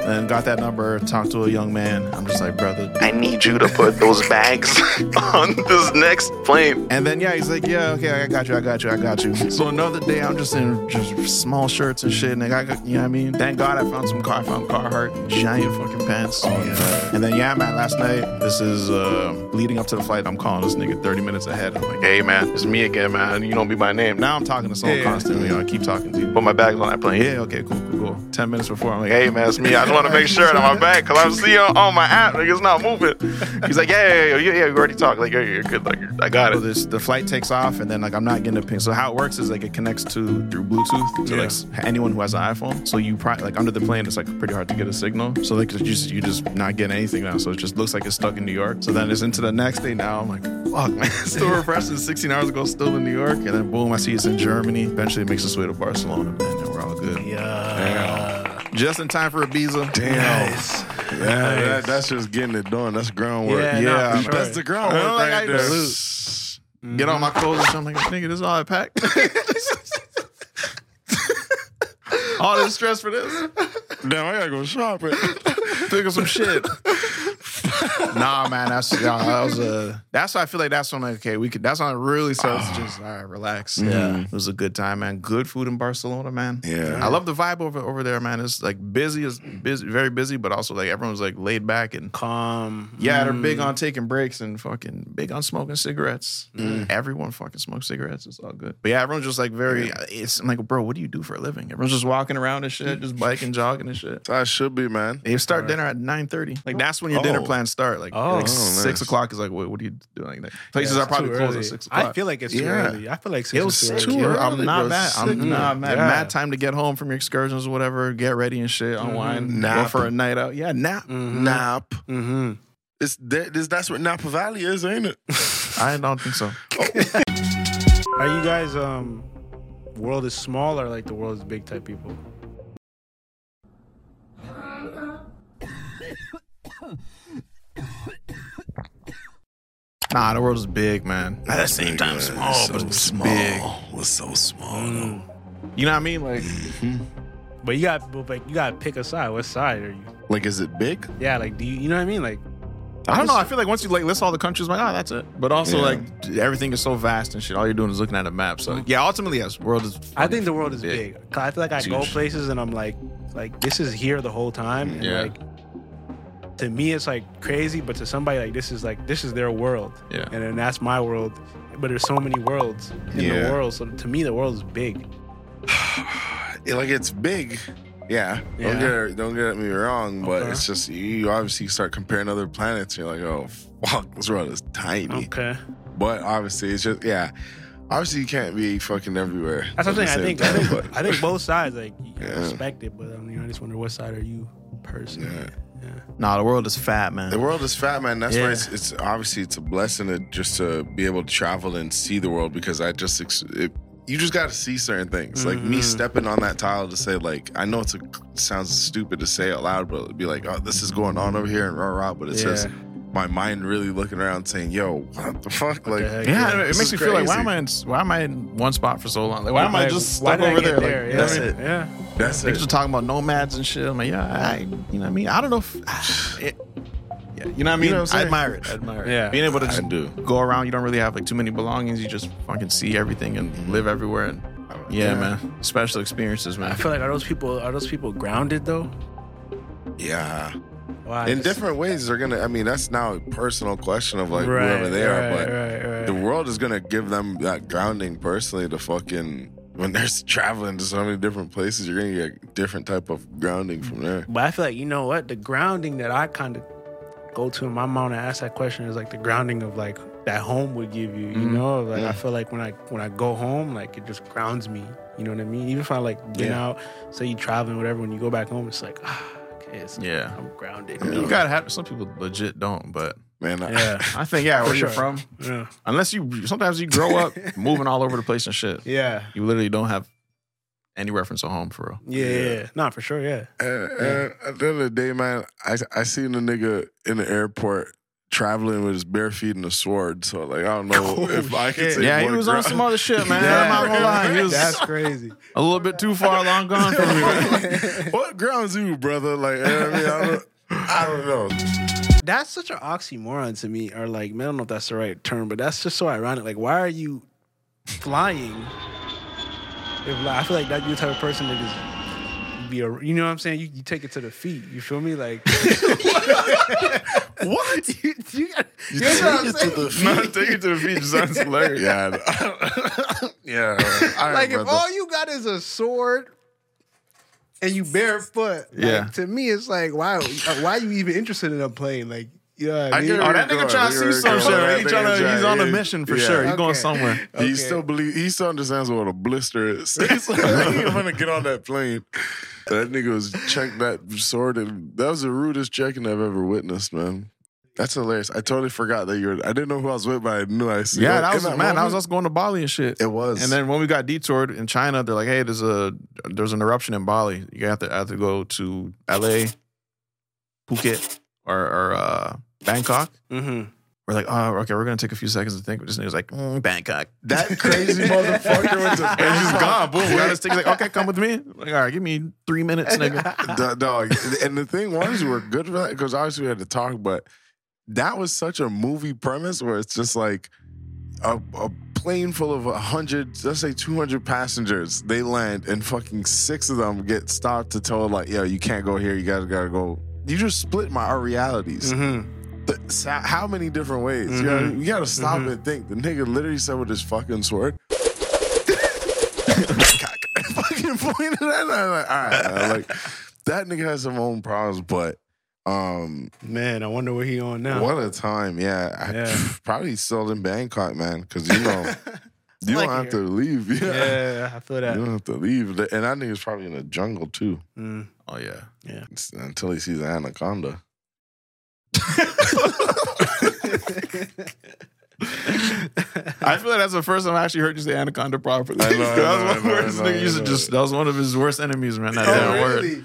Speaker 2: And got that number. Talked to a young man. I'm just like, brother, I need you to put those bags *laughs* on this next plane. And then yeah, he's like, yeah, okay, I got you, I got you, I got you. So another day, I'm just in just small shirts and shit, and I got, you know what I mean. Thank God I found some car. I found Carhartt, giant fucking pants. And then Oh, yeah, man, last night, this is uh, leading up to the flight. I'm calling this nigga 30 minutes ahead. I'm like, hey man, it's me again, man. You don't be my name. Now I'm talking to someone constantly. You know, I keep talking to you. Put my bag's on that plane. Yeah, okay, cool, cool, cool. 10 minutes before, I'm like, hey man, it's me. I just want to make sure that my bag, cause I'm seeing on, on my app, like it's not moving. He's like, yeah, yeah, yeah, yeah, yeah, we already talked. Like, yeah, yeah, you're good. Like, I got it. So this, the flight takes off, and then like I'm not getting a ping. So how it works is like it connects to through Bluetooth to like anyone who has an iPhone. So you probably like under the plane, it's like pretty hard to get a signal. So like you just you just not getting anything now. So it just looks like it's stuck in New York. So then it's into the next day. Now I'm like, fuck, man, *laughs* still refreshing. 16 hours ago, still in New York, and then boom, I see it's in Germany. Eventually, it makes its way to Barcelona, man, and we're all good.
Speaker 6: Yeah.
Speaker 2: Just in time for Ibiza.
Speaker 3: Damn. Yeah, that, that's just getting it done. That's groundwork.
Speaker 6: Yeah,
Speaker 2: no, for sure.
Speaker 3: that's the groundwork
Speaker 2: I don't like
Speaker 3: right
Speaker 2: I
Speaker 3: there.
Speaker 2: just Get on my clothes and shit. I'm like, nigga, this is all I packed. *laughs* all this stress for this.
Speaker 3: Damn, I gotta go shopping.
Speaker 2: Figure some shit. *laughs* nah, man, that's yeah, that was a. That's why I feel like that's when like, okay, we could. That's when I really started to just all right, relax. Ah. Yeah, it was a good time, man. Good food in Barcelona, man.
Speaker 3: Yeah.
Speaker 2: I love the vibe over over there, man. It's like busy, is busy, very busy, but also like everyone's like laid back and
Speaker 6: Calm.
Speaker 2: yeah, they're big
Speaker 6: Mm.
Speaker 2: on taking breaks and fucking big on smoking cigarettes.
Speaker 6: Mm.
Speaker 2: Everyone fucking smokes cigarettes. It's all good. Mm. But yeah, everyone's just like very. It's I'm like, bro, what do you do for a living? Everyone's just walking around and shit, just *laughs* biking, jogging and shit.
Speaker 3: *laughs* I should be, man.
Speaker 2: They start dinner at nine thirty. Like that's when your dinner
Speaker 3: Oh.
Speaker 2: plans start. Like,
Speaker 6: Oh.
Speaker 2: like
Speaker 6: Oh,
Speaker 2: six
Speaker 3: nice.
Speaker 2: o'clock is like, what, what are you doing? Like,
Speaker 6: Yeah,
Speaker 2: places
Speaker 6: it's
Speaker 2: are probably
Speaker 6: too
Speaker 2: closed
Speaker 6: early.
Speaker 2: at six o'clock.
Speaker 6: I feel like it's too
Speaker 3: Yeah.
Speaker 6: early. I feel like six
Speaker 2: it
Speaker 6: is
Speaker 2: was
Speaker 6: too
Speaker 2: sick.
Speaker 6: early.
Speaker 3: too early,
Speaker 2: I'm not
Speaker 3: bro.
Speaker 2: mad.
Speaker 3: Sick.
Speaker 2: I'm not mad.
Speaker 6: Yeah.
Speaker 2: Mad time to get home from your excursions or whatever. Get ready and shit. Unwind. Go
Speaker 3: Nap.
Speaker 2: for a night out. Yeah, nap.
Speaker 6: Mm.
Speaker 3: Nap.
Speaker 6: Mm-hmm.
Speaker 3: It's that, this, that's what Napa Valley is, ain't it?
Speaker 2: I don't think so.
Speaker 6: Are you guys um world is small or like the world is big type people?
Speaker 2: Nah, the world is big, man. *laughs* At the same time, small, but it's big. Mm.
Speaker 3: was so small.
Speaker 2: You know what I mean? Like,
Speaker 6: But you got but like you gotta pick a side. What side are you?
Speaker 3: Like, is it big?
Speaker 6: Yeah, like do you you know what I mean? Like
Speaker 2: I don't know. I feel like once you like list all the countries, like, oh, that's it. But also,
Speaker 3: Yeah.
Speaker 2: like, everything is so vast and shit. All you're doing is looking at a map. So, yeah, ultimately, yes, world is.
Speaker 6: I think the world is
Speaker 2: Big.
Speaker 6: big. 'Cause I feel like I go
Speaker 2: Huge.
Speaker 6: places and I'm like like this is here the whole time. And
Speaker 2: Yeah.
Speaker 6: like to me it's like crazy, but to somebody like this is like this is their world.
Speaker 2: Yeah.
Speaker 6: And then that's my world. But there's so many worlds in
Speaker 3: Yeah.
Speaker 6: the world. So to me the world is big.
Speaker 3: It- like it's big. Yeah.
Speaker 6: Yeah.
Speaker 3: Don't get don't get me wrong, but
Speaker 6: Okay.
Speaker 3: it's just you, you obviously start comparing other planets. You're like, oh fuck, this world is tiny.
Speaker 6: Okay.
Speaker 3: But obviously, it's just yeah. Obviously, you can't be fucking everywhere.
Speaker 6: That's what I'm
Speaker 3: at the
Speaker 6: saying. I think,
Speaker 3: same
Speaker 6: I
Speaker 3: time,
Speaker 6: think I think both sides like you
Speaker 3: Yeah.
Speaker 6: respect it, but um, you know, I just wonder what side are you personally.
Speaker 3: Yeah.
Speaker 2: Nah, the world is fat,
Speaker 3: but
Speaker 2: man.
Speaker 3: the world is fat, man. That's
Speaker 6: Yeah.
Speaker 3: why it's, it's obviously it's a blessing to just to be able to travel and see the world because I just ex- it, you just got to see certain things. Like
Speaker 6: Mm-hmm.
Speaker 3: me stepping on that tile to say like I know it's a sounds stupid to say out loud, but it'd be like oh this is going on over here and rah rah, but it's
Speaker 6: Yeah.
Speaker 3: just my mind really looking around saying yo what the fuck like
Speaker 6: the heck?
Speaker 2: yeah,
Speaker 3: Yeah,
Speaker 2: it- it
Speaker 3: this
Speaker 2: makes
Speaker 3: is
Speaker 2: me feel like why
Speaker 3: crazy.
Speaker 2: am I in why am I in one spot for so long? Like, why am I
Speaker 6: Like,
Speaker 2: just
Speaker 6: why
Speaker 2: stuck
Speaker 6: did I
Speaker 2: over
Speaker 6: get
Speaker 2: there? Like,
Speaker 6: yeah.
Speaker 2: that's it.
Speaker 6: Yeah.
Speaker 3: that's
Speaker 2: Niggas were
Speaker 3: it.
Speaker 2: talking about nomads and shit. I'm like, yeah, I, you know what I mean. I don't know if, *sighs* it, yeah, you know what I mean.
Speaker 3: know what I'm
Speaker 2: I
Speaker 3: saying?
Speaker 2: admire it. I admire it.
Speaker 6: Yeah.
Speaker 2: being able to
Speaker 3: I
Speaker 2: just
Speaker 3: do.
Speaker 2: go around. You don't really have like too many belongings. You just fucking see everything and live everywhere. And yeah,
Speaker 3: Yeah.
Speaker 2: man, special experiences, man.
Speaker 6: I feel like are those people are those people grounded though?
Speaker 3: Yeah.
Speaker 6: Wow.
Speaker 3: in different ways they're gonna i mean that's now a personal question of like whoever they are but
Speaker 6: right,
Speaker 3: the
Speaker 6: right.
Speaker 3: world is gonna give them that grounding personally to fucking when they're traveling to so many different places you're gonna get different type of grounding from there
Speaker 6: But I feel like you know what the grounding that I kind of go to my mom and ask that question is like the grounding of like that home would give you. You
Speaker 2: Mm-hmm.
Speaker 6: know, like I feel like when I when I go home, like it just grounds me. You know what I mean? Even if I like been
Speaker 2: Yeah.
Speaker 6: out, say you traveling, whatever. When you go back home, it's like ah, okay, it's,
Speaker 2: Yeah.
Speaker 6: I'm grounded.
Speaker 2: You gotta have some people legit don't, but
Speaker 3: Man, I,
Speaker 6: Yeah,
Speaker 2: I think yeah, where you're from. *laughs*
Speaker 6: yeah,
Speaker 2: Unless you sometimes you grow up moving all over the place and shit.
Speaker 6: yeah,
Speaker 2: You literally don't have any reference at home for real.
Speaker 6: yeah, yeah. yeah. Nah, for sure, yeah.
Speaker 3: *laughs* And, and at the end of the day, man, I I seen a nigga in the airport traveling with his bare feet and a sword. So like, I don't
Speaker 6: *laughs*
Speaker 3: know
Speaker 6: Oh,
Speaker 3: if I could say
Speaker 2: Yeah, he
Speaker 3: more
Speaker 2: was on
Speaker 3: ground.
Speaker 2: some other shit, man.
Speaker 6: Yeah.
Speaker 2: I'm not
Speaker 6: *laughs*
Speaker 2: gonna lie. He was
Speaker 6: That's crazy.
Speaker 2: a little bit too far long gone from me.
Speaker 3: *laughs* what grounds you, brother? Like, you know what I mean, I don't, I don't know.
Speaker 6: That's such an oxymoron to me, or like, man, I don't know if that's the right term, but that's just so ironic. Like, why are you flying? If like, I feel like that you the type of person that is be a, you know what I'm saying? You, you take it to the feet. You feel me? Like *laughs* what? *laughs* you, you, got- you know what I'm saying?
Speaker 3: No, take it to the feet sounds
Speaker 6: *laughs*
Speaker 3: hilarious. Yeah, I- *laughs* yeah. all right,
Speaker 6: Like if
Speaker 3: brother.
Speaker 6: all you got is a sword and you barefoot, like,
Speaker 2: Yeah.
Speaker 6: To me, it's like why? Why are you even interested in a plane? Like, you know what I
Speaker 3: I
Speaker 6: mean?
Speaker 3: get
Speaker 2: Oh,
Speaker 3: it.
Speaker 2: that nigga trying to see some shit.
Speaker 3: That
Speaker 2: He
Speaker 3: nigga
Speaker 2: tryna- he's
Speaker 3: tryna-
Speaker 2: on a
Speaker 3: yeah.
Speaker 2: mission for
Speaker 3: Yeah.
Speaker 2: sure. He's going
Speaker 6: Okay.
Speaker 2: somewhere.
Speaker 3: He still believe he still understands what a blister is. *laughs* He's
Speaker 6: *laughs*
Speaker 3: like, I didn't want to get on that plane. That nigga was checked that sword, and that was the rudest checking I've ever witnessed, man. That's hilarious. I totally forgot that you were. I didn't know who I was with, but I knew I see.
Speaker 2: Yeah, that
Speaker 3: like, in
Speaker 2: was man. That was
Speaker 3: moment,
Speaker 2: us going to Bali and shit.
Speaker 3: It was.
Speaker 2: And then when we got detoured in China, they're like, "Hey, there's a there's an eruption in Bali. You have to have to go to L.A., Phuket, or, or uh, Bangkok."
Speaker 6: Mm-hmm.
Speaker 2: We're like, "Oh, okay, we're gonna take a few seconds to think." This nigga's like, mm, "Bangkok." *laughs*
Speaker 3: that crazy motherfucker went to.
Speaker 2: And he's gone. Boom. We got his ticket. Like, okay, come with me. Like, all right, give me three minutes,
Speaker 3: *laughs*
Speaker 2: nigga.
Speaker 3: D- dog. And the thing was, we were good for that because obviously we had to talk, but that was such a movie premise where it's just like a, a plane full of 100, let's say 200 passengers. They land and fucking six of them get stopped to tell, like, yo, you can't go here. You guys gotta go. You just split my our realities. Th- so- how many different ways? You, gotta,
Speaker 2: Mm-hmm.
Speaker 3: you gotta stop and think. The nigga literally said with his fucking sword. *laughs* fucking pointed at it. I'm like, all right, man, like that nigga has some own problems, but um,
Speaker 6: Man, I wonder where he on now.
Speaker 3: what a time. Yeah, I,
Speaker 6: Yeah.
Speaker 3: *laughs* probably still in Bangkok, man, because you know
Speaker 2: *laughs*
Speaker 3: you
Speaker 6: like
Speaker 3: don't have
Speaker 6: it
Speaker 3: to leave. *laughs* Yeah.
Speaker 6: Yeah, I feel
Speaker 3: You
Speaker 6: that.
Speaker 3: don't have to leave, and that nigga's probably in the jungle too
Speaker 6: Mm.
Speaker 2: Oh yeah.
Speaker 3: It's- until he sees an anaconda.
Speaker 2: I feel like that's the first time I actually heard you say anaconda properly.
Speaker 3: I know, I know,
Speaker 2: *laughs* that was one worst
Speaker 3: I know, I know,
Speaker 2: nigga used to
Speaker 3: I know. Oh,
Speaker 2: just. That was one of his worst enemies, man. That damn word.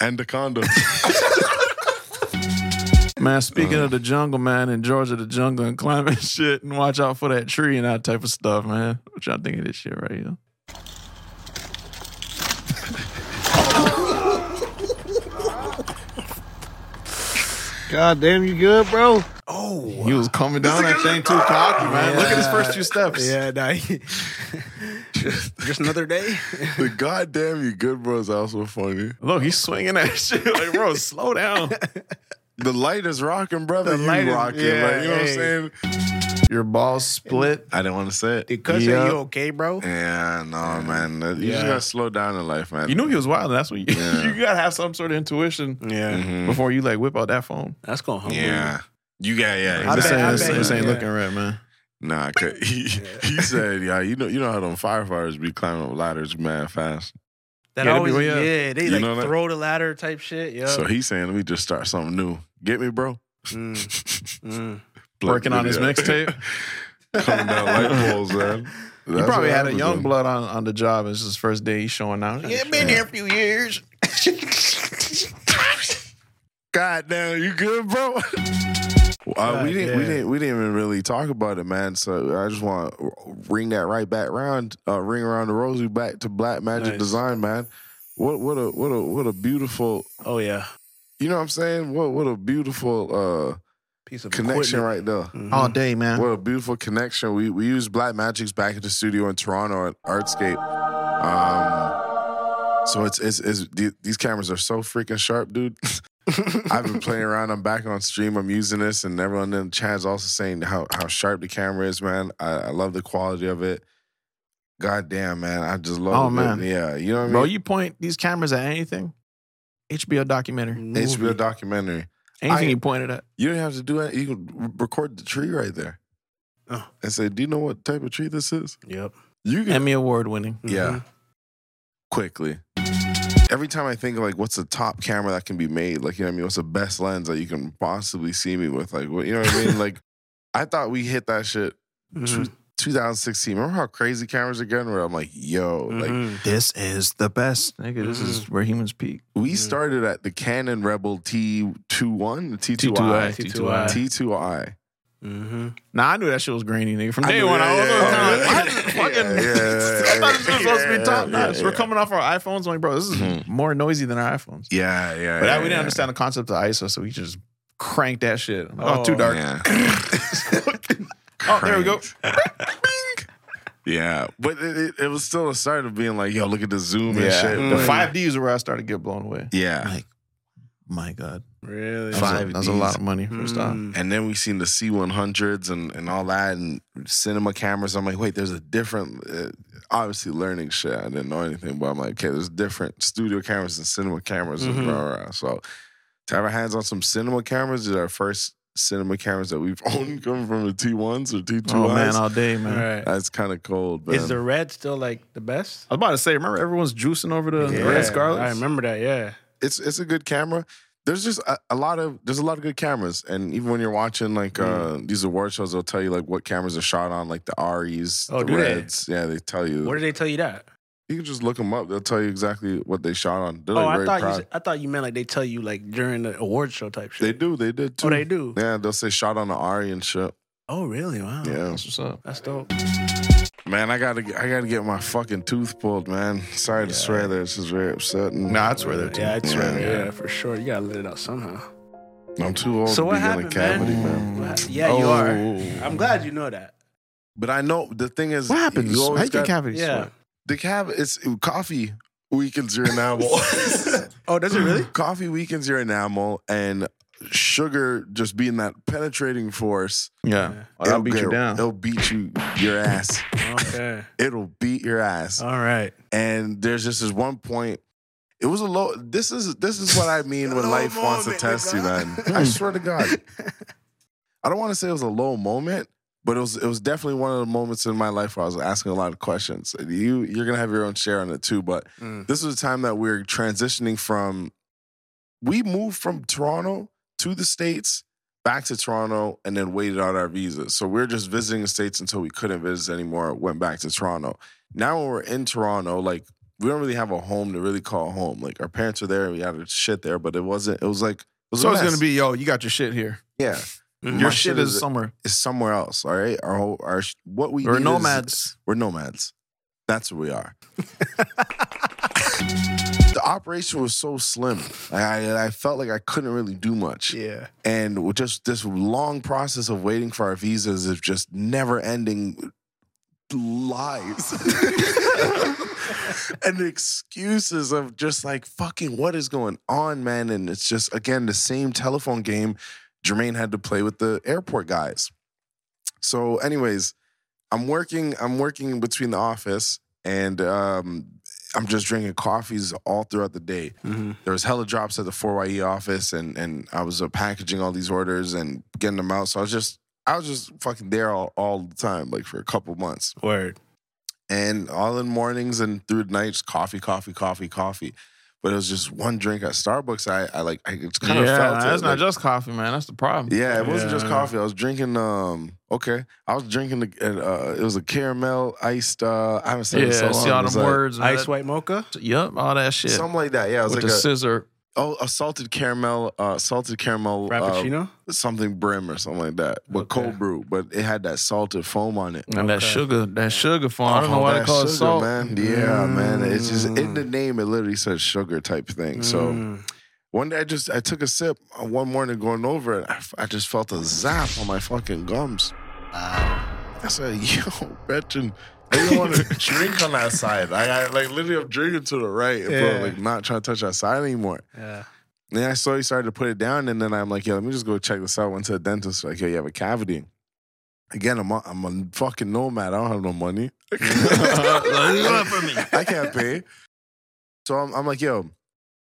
Speaker 3: Anaconda. *laughs*
Speaker 2: Man, speaking of the jungle, man, in Georgia, the jungle and climate *laughs* shit, and watch out for that tree and that type of stuff, man. What y'all think of this shit right here?
Speaker 4: *laughs* God damn, you good, bro?
Speaker 2: He Oh. was coming down that thing too cocky, man. Look at his first few steps.
Speaker 6: Yeah, nah, he- just another day.
Speaker 3: the goddamn you good bro is also funny.
Speaker 2: Look, he's swinging that *laughs* shit like, bro, slow down.
Speaker 3: The light is rocking, brother. you
Speaker 6: light is-
Speaker 3: rocking.
Speaker 6: yeah,
Speaker 3: like, you know what I'm
Speaker 6: hey.
Speaker 3: saying?
Speaker 2: *laughs* Your balls split.
Speaker 3: I didn't want to say it.
Speaker 6: Did Cuz say
Speaker 2: Yeah.
Speaker 6: you okay, bro?
Speaker 3: Yeah, no, man. You
Speaker 6: Yeah.
Speaker 3: just gotta slow down in life, man.
Speaker 2: You knew he was wild. And that's what you, *laughs*
Speaker 3: Yeah.
Speaker 2: you gotta have some sort of intuition
Speaker 6: Yeah,
Speaker 2: before you like whip out that phone.
Speaker 6: that's gonna humble
Speaker 3: Mm-hmm. Yeah. You got yeah.
Speaker 6: I
Speaker 2: this
Speaker 6: bet-
Speaker 2: ain't,
Speaker 6: I
Speaker 2: this
Speaker 6: bet
Speaker 2: ain't- this
Speaker 6: he-
Speaker 2: ain't
Speaker 6: yeah.
Speaker 2: looking right, man.
Speaker 3: Nah, 'cause he he said, yeah, you know you know how them firefighters be climbing up ladders mad fast.
Speaker 6: That
Speaker 2: Yeah, that'd
Speaker 6: always,
Speaker 2: be-
Speaker 6: yeah,
Speaker 2: yeah.
Speaker 6: they
Speaker 3: You
Speaker 6: like
Speaker 3: know that?
Speaker 6: throw the ladder type shit. Yeah,
Speaker 3: So he's saying, let me just start something new. Get me, bro.
Speaker 6: Mm.
Speaker 3: *laughs*
Speaker 6: Mm.
Speaker 2: Working on his mixtape.
Speaker 3: Coming down light poles, man.
Speaker 2: He probably had a young blood on, on the job. It's his first day. He's showing out. Yeah, been here a few years.
Speaker 3: God damn, you good, bro? *laughs* Uh, we didn't, we
Speaker 6: damn.
Speaker 3: didn't, we didn't even really talk about it, man. So I just want to ring that right back round, uh, ring around the rosy back to Black Magic
Speaker 6: Nice.
Speaker 3: Design, man. What, what a, what a, what a beautiful,
Speaker 6: Oh yeah,
Speaker 3: you know what I'm saying? What, what a beautiful uh,
Speaker 6: piece of
Speaker 3: connection
Speaker 6: equipment. Mm-hmm.
Speaker 3: right there.
Speaker 2: All day, man.
Speaker 3: What a beautiful connection. We we used Black Magic's back at the studio in Toronto at Artscape. Um, so it's it's, it's the- these cameras are so freaking sharp, dude. *laughs*
Speaker 6: *laughs*
Speaker 3: I've been playing around. I'm back on stream. I'm using this, and everyone in the chat's also saying how how sharp the camera is, man. I, I love the quality of it. God damn, man. I just love
Speaker 2: Oh,
Speaker 3: it.
Speaker 2: man.
Speaker 3: Yeah. You know what I
Speaker 2: Bro,
Speaker 3: mean?
Speaker 2: you point these cameras at anything, HBO documentary.
Speaker 3: HBO documentary.
Speaker 2: Anything
Speaker 3: Mm, I-
Speaker 2: you pointed at.
Speaker 3: You don't have to do it. You can r- record the tree right there.
Speaker 6: Oh.
Speaker 3: And say, do you know what type of tree this is?
Speaker 6: Yep.
Speaker 3: You can
Speaker 2: Emmy Award winning.
Speaker 3: Yeah. Quickly. Every time I think of like what's the top camera that can be made, like you know what I mean, what's the best lens that you can possibly see me with, like what you know what I mean? like I thought we hit that shit
Speaker 6: Mhm.
Speaker 3: two- 2016. Remember how crazy cameras are getting? Where I'm like, yo, like
Speaker 6: Mhm.
Speaker 2: This is the best. Nigga, this
Speaker 3: Mm.
Speaker 2: is where humans peak.
Speaker 3: we started at the Canon Rebel T21, the
Speaker 2: T2i.
Speaker 3: T2i,
Speaker 6: T2i.
Speaker 3: T2i.
Speaker 6: Mhm.
Speaker 2: Nah, I knew that shit was grainy, nigga. From
Speaker 3: I
Speaker 2: day
Speaker 3: knew-
Speaker 2: one, I
Speaker 3: yeah,
Speaker 2: was
Speaker 3: yeah, yeah.
Speaker 2: like,
Speaker 3: Yeah,
Speaker 2: fucking.
Speaker 3: yeah,
Speaker 2: *laughs* I thought this was supposed to
Speaker 3: yeah,
Speaker 2: be top notch.
Speaker 3: yeah,
Speaker 2: We're
Speaker 3: yeah.
Speaker 2: coming off our iPhones, I'm like, bro, this is more noisy than our iPhones.
Speaker 3: Yeah, yeah.
Speaker 2: But
Speaker 3: yeah,
Speaker 2: I- we
Speaker 3: yeah.
Speaker 2: didn't understand the concept of ISO, so we just cranked that shit. I'm like, Oh,
Speaker 6: Oh.
Speaker 2: too dark.
Speaker 3: Yeah.
Speaker 2: *laughs* Oh, there we go.
Speaker 3: yeah, but it, it, it was still a start of being like, yo, look at the zoom and
Speaker 2: Yeah. Mm.
Speaker 3: shit.
Speaker 2: The
Speaker 3: like-
Speaker 2: five Ds are where I started to get blown away.
Speaker 3: Yeah.
Speaker 2: My God,
Speaker 6: Really?
Speaker 3: Five
Speaker 2: that was a lot of money. First off,
Speaker 6: Mm.
Speaker 3: And then we seen the C100s and, and all that and cinema cameras. I'm like, wait, there's a different, uh, obviously learning shit. I didn't know anything, but I'm like, okay, there's different studio cameras and cinema cameras.
Speaker 2: Mm-hmm.
Speaker 3: And blah, blah, blah. So to have our hands on some cinema cameras is our first cinema cameras that we've *laughs* owned come from the T1s or T2s.
Speaker 2: oh man, all day, man.
Speaker 6: All right.
Speaker 3: That's kind of cold, man.
Speaker 6: Is the red still like the best?
Speaker 2: I was about to say, remember everyone's juicing over the
Speaker 6: Yeah.
Speaker 2: red scarlet?
Speaker 6: I remember that. Yeah.
Speaker 3: it's it's a good camera. There's just a, a lot of there's a lot of good cameras, and even when you're watching like uh,
Speaker 6: Mm.
Speaker 3: these award shows, they'll tell you like what cameras are shot on, like the REs,
Speaker 6: Oh,
Speaker 3: the
Speaker 6: do they?
Speaker 3: Reds. Yeah, they tell you.
Speaker 6: Where did they tell you that?
Speaker 3: you can just look them up. They'll tell you exactly what they shot on. They're
Speaker 6: Oh,
Speaker 3: like,
Speaker 6: I
Speaker 3: very
Speaker 6: thought you
Speaker 3: proud.
Speaker 6: said, I thought you meant like they tell you like during the award show type shit.
Speaker 3: they do. They did too.
Speaker 6: Oh, they do.
Speaker 3: Yeah, they'll say shot on the RE and shit.
Speaker 6: Oh, really? Wow.
Speaker 3: Yeah,
Speaker 2: That's what's up.
Speaker 6: That's dope.
Speaker 3: man, I gotta I gotta get my fucking tooth pulled, man. Sorry to swear there. This is very upsetting.
Speaker 2: Nah, that's where they're too.
Speaker 6: Yeah, I swear.
Speaker 3: Yeah.
Speaker 6: Yeah, for sure. You gotta let it out somehow.
Speaker 3: I'm too old
Speaker 6: So
Speaker 3: to
Speaker 6: what
Speaker 3: be getting a
Speaker 6: happened,
Speaker 3: cavity,
Speaker 6: man?
Speaker 3: man.
Speaker 6: What- Yeah, you
Speaker 3: Oh.
Speaker 6: are. I'm glad you know that.
Speaker 3: But I know the thing is,
Speaker 2: What happens?
Speaker 3: You
Speaker 2: How
Speaker 3: always
Speaker 2: you get
Speaker 3: got,
Speaker 2: cavities?
Speaker 6: Yeah.
Speaker 3: The cab it's coffee weakens your
Speaker 2: *laughs*
Speaker 3: enamel.
Speaker 6: Oh, does
Speaker 3: *clears throat*
Speaker 6: it really?
Speaker 3: coffee weakens your enamel and sugar just being that penetrating force.
Speaker 2: yeah. Oh, that'll
Speaker 3: it'll
Speaker 2: beat you
Speaker 3: get-
Speaker 2: down.
Speaker 3: It'll beat you your ass.
Speaker 6: okay.
Speaker 3: It'll beat your ass.
Speaker 2: Uh.
Speaker 6: All right.
Speaker 3: And there's just this one point. It was a low. This is this is what I mean when
Speaker 6: Low
Speaker 3: life wants to
Speaker 6: moment,
Speaker 3: test you,
Speaker 6: *laughs*
Speaker 3: man.
Speaker 6: nigga.
Speaker 3: I swear to God. I don't want to say it was a low moment, but it was it was definitely one of the moments in my life where I was asking a lot of questions. And You you're gonna have your own share on it too, but this was a time that we were transitioning from. We moved from Toronto to the states, back to Toronto, and then waited out our visas. So we were just visiting the states until we couldn't visit anymore. Went back to Toronto. Now when we're in Toronto, like we don't really have a home to really call home. Like our parents are there, we had our shit there, but it wasn't. It was like it was
Speaker 2: So
Speaker 3: a
Speaker 2: it's
Speaker 3: mess.
Speaker 2: gonna be, yo, you got your shit here.
Speaker 3: yeah. My
Speaker 2: Your shit is somewhere.
Speaker 3: is somewhere else. All right, our whole, our sh- what we
Speaker 2: We're
Speaker 3: need is-
Speaker 2: nomads.
Speaker 3: we're nomads. That's what we are. the operation was so slim. I, I I felt like I couldn't really do much.
Speaker 6: Yeah.
Speaker 3: And with just this long process of waiting for our visas is just never ending lies and excuses of just like fucking what is going on, man. And it's just again the same telephone game Jermaine had to play with the airport guys. So, anyways, I'm working. I'm working between the office and um, I'm just drinking coffees all throughout the day. There was hella drops at the 4YE office, and and I was uh, packaging all these orders and getting them out. So I was just I was just fucking there all, all the time, like for a couple months
Speaker 6: Word.
Speaker 3: and all in mornings and through the nights, coffee, coffee, coffee, coffee. But it was just one drink at Starbucks. I, I like, I it's kind of felt it.
Speaker 2: that's not
Speaker 3: like-
Speaker 2: just coffee, man. That's the problem.
Speaker 3: yeah, it wasn't just
Speaker 6: Yeah.
Speaker 3: coffee. I was drinking. Um, okay, I was drinking. The, uh, it was a caramel iced. Uh, I haven't said
Speaker 2: Yeah,
Speaker 3: it in so long.
Speaker 2: see all
Speaker 3: It was
Speaker 2: them
Speaker 3: like-
Speaker 2: words. and
Speaker 6: Ice
Speaker 2: that-
Speaker 6: white mocha.
Speaker 2: Yep, all that shit.
Speaker 3: something like that. Yeah, it was
Speaker 2: With the
Speaker 3: like a,
Speaker 2: scissor.
Speaker 3: oh, a salted caramel, uh, salted caramel uh,
Speaker 6: Frappuccino.
Speaker 3: something brim or something like that, but
Speaker 6: Okay.
Speaker 3: cold brew. But it had that salted foam on it.
Speaker 2: And that sugar, that sugar form. I don't know
Speaker 3: Oh,
Speaker 2: why
Speaker 3: that
Speaker 2: they call it
Speaker 3: sugar,
Speaker 2: salt. *laughs*
Speaker 3: Man. Yeah, man. It's just in the name. It literally says sugar type thing. So one day I just I took a sip uh, one morning going over it. I, f- I just felt a zap on my fucking gums. I said, *laughs* "Yo, Gretchen, I didn't want to *laughs* drink on that side. I, I like literally I'm drinking to the right,
Speaker 6: Yeah.
Speaker 3: bro. Like not trying to touch that side anymore."
Speaker 6: Yeah.
Speaker 3: And then I slowly started to put it down, and then I'm like, yo, let me just go check this out. Went to the dentist, like, yo, you have a cavity. Again, I'm a, I'm a fucking nomad. I don't have no money. I can't
Speaker 2: *laughs*
Speaker 3: pay. So I'm, I'm like, yo,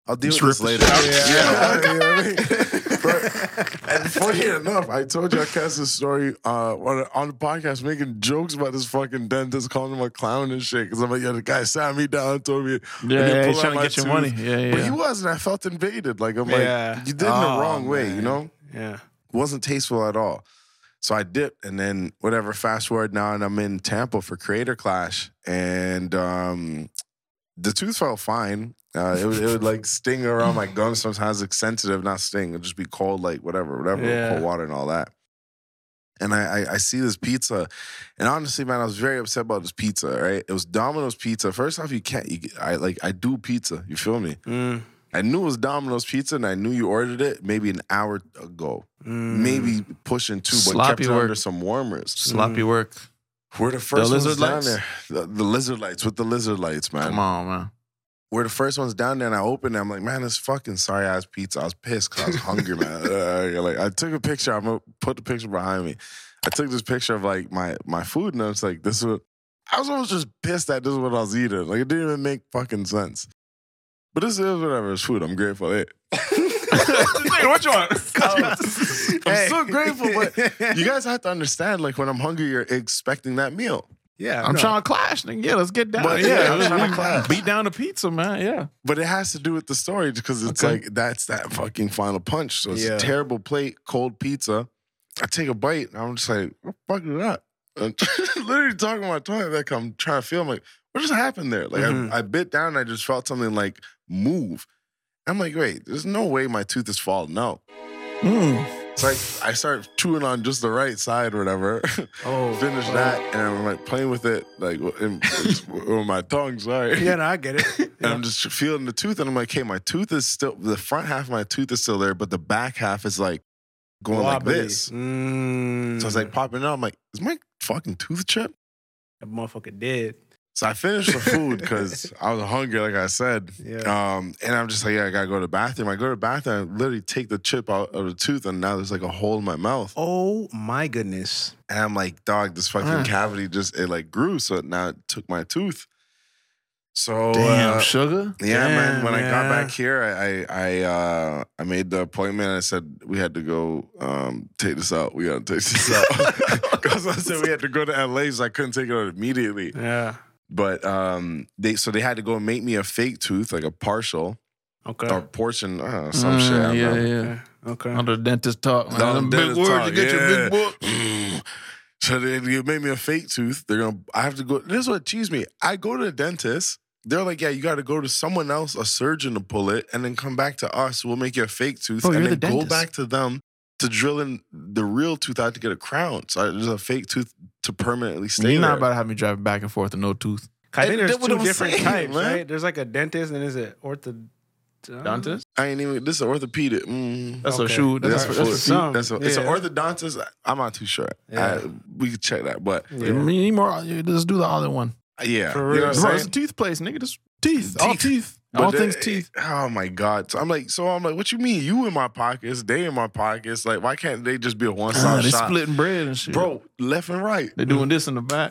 Speaker 3: I'll deal
Speaker 2: Just
Speaker 3: with
Speaker 2: rip
Speaker 3: this later.
Speaker 2: the *laughs*
Speaker 3: *laughs* Yeah, you know what I mean? and funny enough, I told you I cast this story uh, on, on the podcast, making jokes about this fucking dentist calling him a clown and shit. Because I'm like, yo, the guy sat me down and told me,
Speaker 2: Yeah,
Speaker 3: and he
Speaker 2: yeah,
Speaker 3: pulled
Speaker 2: he's
Speaker 3: out
Speaker 2: trying to
Speaker 3: my
Speaker 2: get your
Speaker 3: tooth.
Speaker 2: money. Yeah, yeah,
Speaker 3: But
Speaker 2: yeah.
Speaker 3: he was, and I felt invaded. Like I'm
Speaker 6: Yeah.
Speaker 3: like, you did it
Speaker 6: Oh,
Speaker 3: the wrong way, you know?
Speaker 6: Yeah.
Speaker 3: wasn't tasteful at all. So I dipped, and then whatever. Fast forward now, and I'm in Tampa for Creator Clash, and um, the tooth felt fine. Uh, it, would, it would like sting around my gums sometimes. It's sensitive, not sting. It'd just be cold, like whatever, whatever,
Speaker 6: Yeah.
Speaker 3: cold water and all that. And I, I, I see this pizza, and honestly, man, I was very upset about this pizza. Right, it was Domino's pizza. First off, you can't. You, I like I do pizza. You feel me?
Speaker 6: Mm.
Speaker 3: I knew it was Domino's Pizza, and I knew you ordered it maybe an hour ago,
Speaker 6: mm. *laughs*
Speaker 3: maybe pushing two, but kept
Speaker 2: Mm. Sloppy
Speaker 3: it
Speaker 2: work.
Speaker 3: under some warmers.
Speaker 2: Sloppy work.
Speaker 3: We're the first
Speaker 2: The
Speaker 3: ones
Speaker 2: lizard
Speaker 3: down
Speaker 2: lights?
Speaker 3: there. The, the lizard lights with the lizard lights, man.
Speaker 2: Come on, man.
Speaker 3: We're the first ones down there, and I opened it. I'm like, man, this fucking sorry ass pizza. I was pissed because I was
Speaker 2: *laughs*
Speaker 3: hungry, man. Uh, you're like, I took a picture. I'm gonna put the picture behind me. I took this picture of like my my food, and I was like, this is what I was almost just pissed that this is what I was eating. Like it didn't even make fucking sense. But this is whatever. It's food. I'm grateful. Hey.
Speaker 2: what you
Speaker 3: *laughs*
Speaker 2: want?
Speaker 3: I'm so grateful,
Speaker 2: *laughs*
Speaker 3: *laughs* but you guys have to understand. Like when I'm hungry, you're expecting that meal.
Speaker 6: Yeah.
Speaker 2: I'm trying to clash, nigga. Yeah, let's get down.
Speaker 3: But yeah,
Speaker 2: yeah,
Speaker 3: I'm tryna clash.
Speaker 2: Beat down the pizza, man. Yeah.
Speaker 3: But it has to do with the story because it's
Speaker 2: Okay.
Speaker 3: like that's that fucking final punch. So it's
Speaker 6: Yeah.
Speaker 3: a terrible plate, cold pizza. I take a bite and I'm just like, what the fuck is that? *laughs* I'm *laughs* literally talking to my tongue, like I'm trying to feel. I'm like, what just happened there? Like
Speaker 6: Mhm.
Speaker 3: I, I bit down and I just felt something like move. I'm like, wait, there's no way my tooth is falling out.
Speaker 6: Mm.
Speaker 3: So I, I start chewing on just the right side or whatever. *laughs*
Speaker 6: Oh.
Speaker 3: Finish that, and I'm like playing with it, like w- in,
Speaker 6: *laughs*
Speaker 3: with my tongue. Sorry.
Speaker 6: Yeah, no, I get it.
Speaker 3: *laughs* And I'm just feeling the tooth, and I'm like, hey, my tooth is still the front half of my tooth is still there, but the back half is like going
Speaker 6: Wobbly.
Speaker 3: like this.
Speaker 6: Mm.
Speaker 3: So I was like popping out. I'm like, is my fucking tooth chipped?
Speaker 6: that motherfucker did.
Speaker 3: So I finished the food
Speaker 6: *laughs*
Speaker 3: because I was hungry, like I said.
Speaker 6: Yeah.
Speaker 3: Um, and I'm just like, yeah, I gotta go to the bathroom. I go to the bathroom, I literally take the chip out of the tooth, and now there's like a hole in my mouth.
Speaker 6: Oh my goodness.
Speaker 3: And I'm like, dog, this fucking
Speaker 6: Mm.
Speaker 2: Huh.
Speaker 3: cavity just it like grew, so it now it took my tooth. So uh,
Speaker 2: sugar.
Speaker 3: yeah, man.
Speaker 6: Damn,
Speaker 3: When I got
Speaker 6: yeah.
Speaker 3: back here, I I I, uh, I made the appointment. I said we had to go um, take this out. We gotta take this out *laughs* because I said we had to go to LA, so I couldn't take it out immediately.
Speaker 6: Yeah.
Speaker 3: But um, they so they had to go and make me a fake tooth, like a partial
Speaker 6: Okay.
Speaker 3: or portion, uh, some
Speaker 6: Mm,
Speaker 3: shit. I
Speaker 2: yeah,
Speaker 3: don't know.
Speaker 2: yeah,
Speaker 6: Okay. Okay.
Speaker 2: Under dentist talk, man.
Speaker 3: Under
Speaker 2: Them
Speaker 3: dentist
Speaker 2: big words.
Speaker 3: talk,
Speaker 2: You get
Speaker 3: yeah.
Speaker 2: your big book.
Speaker 3: Mm. *sighs* So they, they made me a fake tooth. They're gonna. I have to go. This is what cheese me. I go to the dentist. They're like, yeah, you got to go to someone else, a surgeon, to pull it, and then come back to us. We'll make you a fake tooth,
Speaker 2: Oh,
Speaker 3: and
Speaker 2: you're
Speaker 3: then
Speaker 2: the
Speaker 3: go
Speaker 2: dentist.
Speaker 3: back to them to drill in the real tooth out to get a crown. So I- there's a fake tooth to permanently stay
Speaker 2: You're
Speaker 3: there.
Speaker 2: not about to have me driving back and forth with no tooth.
Speaker 6: I think
Speaker 3: That's
Speaker 6: there's
Speaker 3: what
Speaker 6: two
Speaker 3: I'm
Speaker 6: different
Speaker 3: saying,
Speaker 6: types,
Speaker 3: man.
Speaker 6: right? Theres like a dentist and is it ortho
Speaker 2: Dentist?
Speaker 3: I ain't even. This is orthopedic. Mm.
Speaker 2: That's
Speaker 6: Okay.
Speaker 2: a shoe. That's,
Speaker 3: That's, for
Speaker 2: that's,
Speaker 3: that's,
Speaker 2: for
Speaker 3: feet.
Speaker 6: some.
Speaker 3: That's a, It's an
Speaker 6: Yeah.
Speaker 3: orthodontist. I'm not too sure.
Speaker 6: Yeah.
Speaker 3: I, we could check that, but
Speaker 2: feet. You need more. you Just do the all in one.
Speaker 3: yeah,
Speaker 6: For
Speaker 3: you know
Speaker 6: real.
Speaker 3: what
Speaker 2: Bro,
Speaker 3: I'm saying?
Speaker 2: it's a tooth place, nigga. Just teeth. All
Speaker 3: Teeth.
Speaker 2: teeth.
Speaker 3: But
Speaker 2: all
Speaker 3: the-
Speaker 2: things teeth.
Speaker 3: Oh my god! So I'm like, so I'm like, what you mean? You in my pockets? They in my pockets? Like, why can't they just be a one
Speaker 2: Ah,
Speaker 3: stop
Speaker 2: they
Speaker 3: shop?
Speaker 2: splitting bread and shit.
Speaker 3: bro, left and right.
Speaker 2: They doing Mm-hmm. this in the back.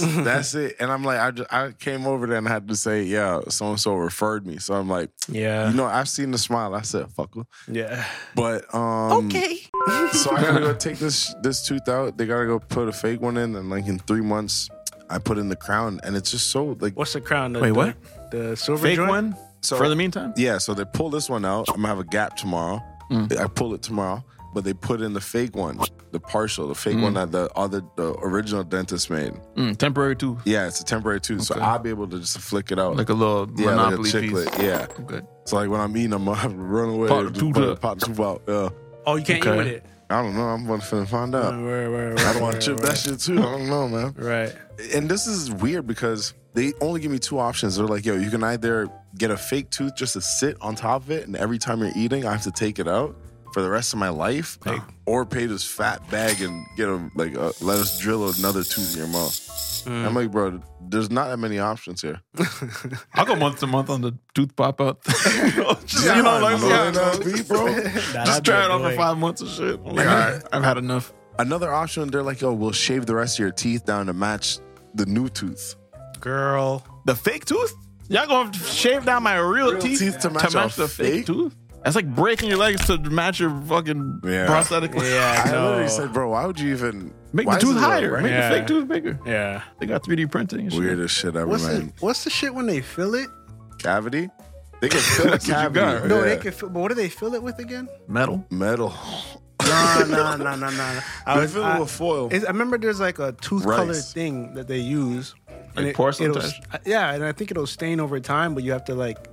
Speaker 2: *laughs*
Speaker 3: that's it. And I'm like, I just, I came over there and had to say, yeah, so and so referred me. So I'm like,
Speaker 6: Yeah.
Speaker 3: you know, I've seen the smile. I said, fucker.
Speaker 6: yeah.
Speaker 3: But um, okay. *laughs* so I
Speaker 2: *laughs*
Speaker 3: gotta go take this this tooth out. They gotta go put a fake one in, and like in three months, I put in the crown, and it's just so like
Speaker 6: What's the crown? The,
Speaker 2: Wait,
Speaker 6: the-
Speaker 2: what?
Speaker 6: The silver
Speaker 2: Fake
Speaker 6: joint?
Speaker 2: one.
Speaker 3: So-
Speaker 2: for the meantime,
Speaker 3: Yeah, so they pull this one out. I'm gonna have a gap tomorrow.
Speaker 2: Mm.
Speaker 3: I pull it tomorrow, but they put in the fake one, the partial, the fake one that the other, the original dentist made.
Speaker 2: Mm, temporary tooth,
Speaker 3: Yeah, it's a temporary tooth, so
Speaker 2: Okay.
Speaker 3: I'll be able to just flick it out.
Speaker 2: like a little
Speaker 3: yeah, like a
Speaker 2: monopoly
Speaker 3: chiclet,
Speaker 2: piece.
Speaker 3: Yeah.
Speaker 2: Okay.
Speaker 3: So like when I'm eating, I'm gonna have to *laughs* run away,
Speaker 2: Pop the
Speaker 3: just
Speaker 2: tooth
Speaker 3: put-
Speaker 2: up.
Speaker 3: pop the tooth out. Yeah.
Speaker 6: Oh, you can't eat
Speaker 2: Okay.
Speaker 6: with it.
Speaker 3: I don't know. I'm gonna finna find out.
Speaker 6: Where, where,
Speaker 3: I don't want to chip that shit too. I don't know, man.
Speaker 6: Right.
Speaker 3: and this is weird because they only give me two options. They're like, yo, you can either get a fake tooth just to sit on top of it, and every time you're eating, I have to take it out for the rest of my life, like, or pay this fat bag and get a like a, let us drill another tooth in your mouth.
Speaker 2: Hmm.
Speaker 3: I'm like, bro, there's not that many
Speaker 2: *laughs*
Speaker 3: options here.
Speaker 2: I'll go month to month on the tooth pop *laughs* out. just,
Speaker 3: Yeah,
Speaker 2: you know,
Speaker 3: I
Speaker 2: like,
Speaker 3: know
Speaker 2: yeah,
Speaker 3: that
Speaker 2: just-
Speaker 3: beat, bro.
Speaker 2: just try it on for five months or shit. I'm like,
Speaker 3: Yeah.
Speaker 2: all right, I've had enough.
Speaker 3: Another option, they're like, yo, we'll shave the rest of your teeth down to match the new tooth.
Speaker 6: Girl.
Speaker 2: The fake tooth? Y'all gonna shave down my real, teeth,
Speaker 3: teeth to match our
Speaker 2: the fake
Speaker 3: fake?
Speaker 2: tooth? That's like breaking your legs to match your fucking
Speaker 3: Yeah.
Speaker 2: prosthetic. leg.
Speaker 6: Yeah,
Speaker 3: I
Speaker 6: no.
Speaker 3: literally said, bro, why would you even
Speaker 2: Make
Speaker 3: why
Speaker 2: the
Speaker 3: is
Speaker 2: tooth
Speaker 3: it a
Speaker 2: higher.
Speaker 3: right-
Speaker 2: Make
Speaker 6: Yeah.
Speaker 2: the fake tooth bigger.
Speaker 6: yeah.
Speaker 2: They got 3D printing and shit.
Speaker 3: Weirdest shit ever,
Speaker 6: What's
Speaker 3: man.
Speaker 6: the What's the shit when they fill it?
Speaker 3: Cavity? They can
Speaker 6: *laughs*
Speaker 3: fill a
Speaker 2: That's what you
Speaker 3: cavity.
Speaker 2: got, right?
Speaker 6: No,
Speaker 3: Oh, yeah.
Speaker 6: they can. Fill, but what do they fill it with again?
Speaker 2: Metal.
Speaker 3: metal.
Speaker 6: No, no, no, no,
Speaker 3: *laughs*
Speaker 6: no. no. I
Speaker 3: They
Speaker 6: was-
Speaker 3: fill
Speaker 6: I-
Speaker 3: it with foil.
Speaker 6: It's- I remember there's like a tooth
Speaker 3: Rice.
Speaker 6: color thing that they use.
Speaker 2: Like
Speaker 6: it-
Speaker 2: porcelain
Speaker 6: it'll- uh,
Speaker 2: type?
Speaker 6: Yeah, and I think it'll stain over time, but you have to like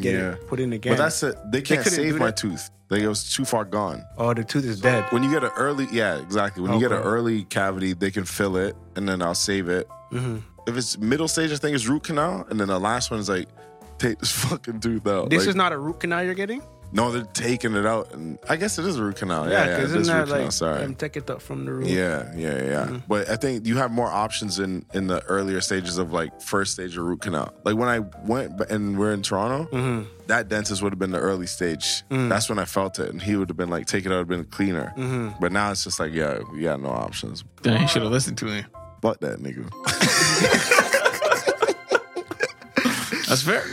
Speaker 6: get
Speaker 3: yeah.
Speaker 6: it put in again.
Speaker 3: But that's it. They can't
Speaker 6: couldn't do
Speaker 3: save my
Speaker 6: that.
Speaker 3: tooth. They, it was too far gone.
Speaker 6: oh, the tooth is dead.
Speaker 3: When you get an early, yeah, exactly. When you get an
Speaker 6: Okay.
Speaker 3: early cavity, they can fill it, and then I'll save it.
Speaker 6: Mm-hmm.
Speaker 3: If it's middle stage, I think it's root canal, and then the last one is like, take this *laughs* fucking tooth out.
Speaker 6: This
Speaker 3: Like,
Speaker 6: is not a root canal you're getting.
Speaker 3: No, they're taking it out, and I guess it is a root canal. Yeah, yeah,
Speaker 6: 'cause
Speaker 3: it is root
Speaker 6: isn't that
Speaker 3: canal.
Speaker 6: like
Speaker 3: sorry.
Speaker 6: them take it up from the root?
Speaker 3: yeah, yeah, yeah.
Speaker 6: Mm-hmm.
Speaker 3: But I think you have more options in in the earlier stages of like first stage of root canal. Like when I went b- and we're in Toronto,
Speaker 6: Mm-hmm.
Speaker 3: that dentist would have been the early stage.
Speaker 6: Mm.
Speaker 3: That's when I felt it, and he would have been like, take it out, have been cleaner.
Speaker 6: Mm-hmm.
Speaker 3: But now it's just like, yeah, we got no options.
Speaker 2: Damn, you should have listened to me.
Speaker 3: But that
Speaker 6: *laughs*
Speaker 3: nigga.
Speaker 2: That's fair.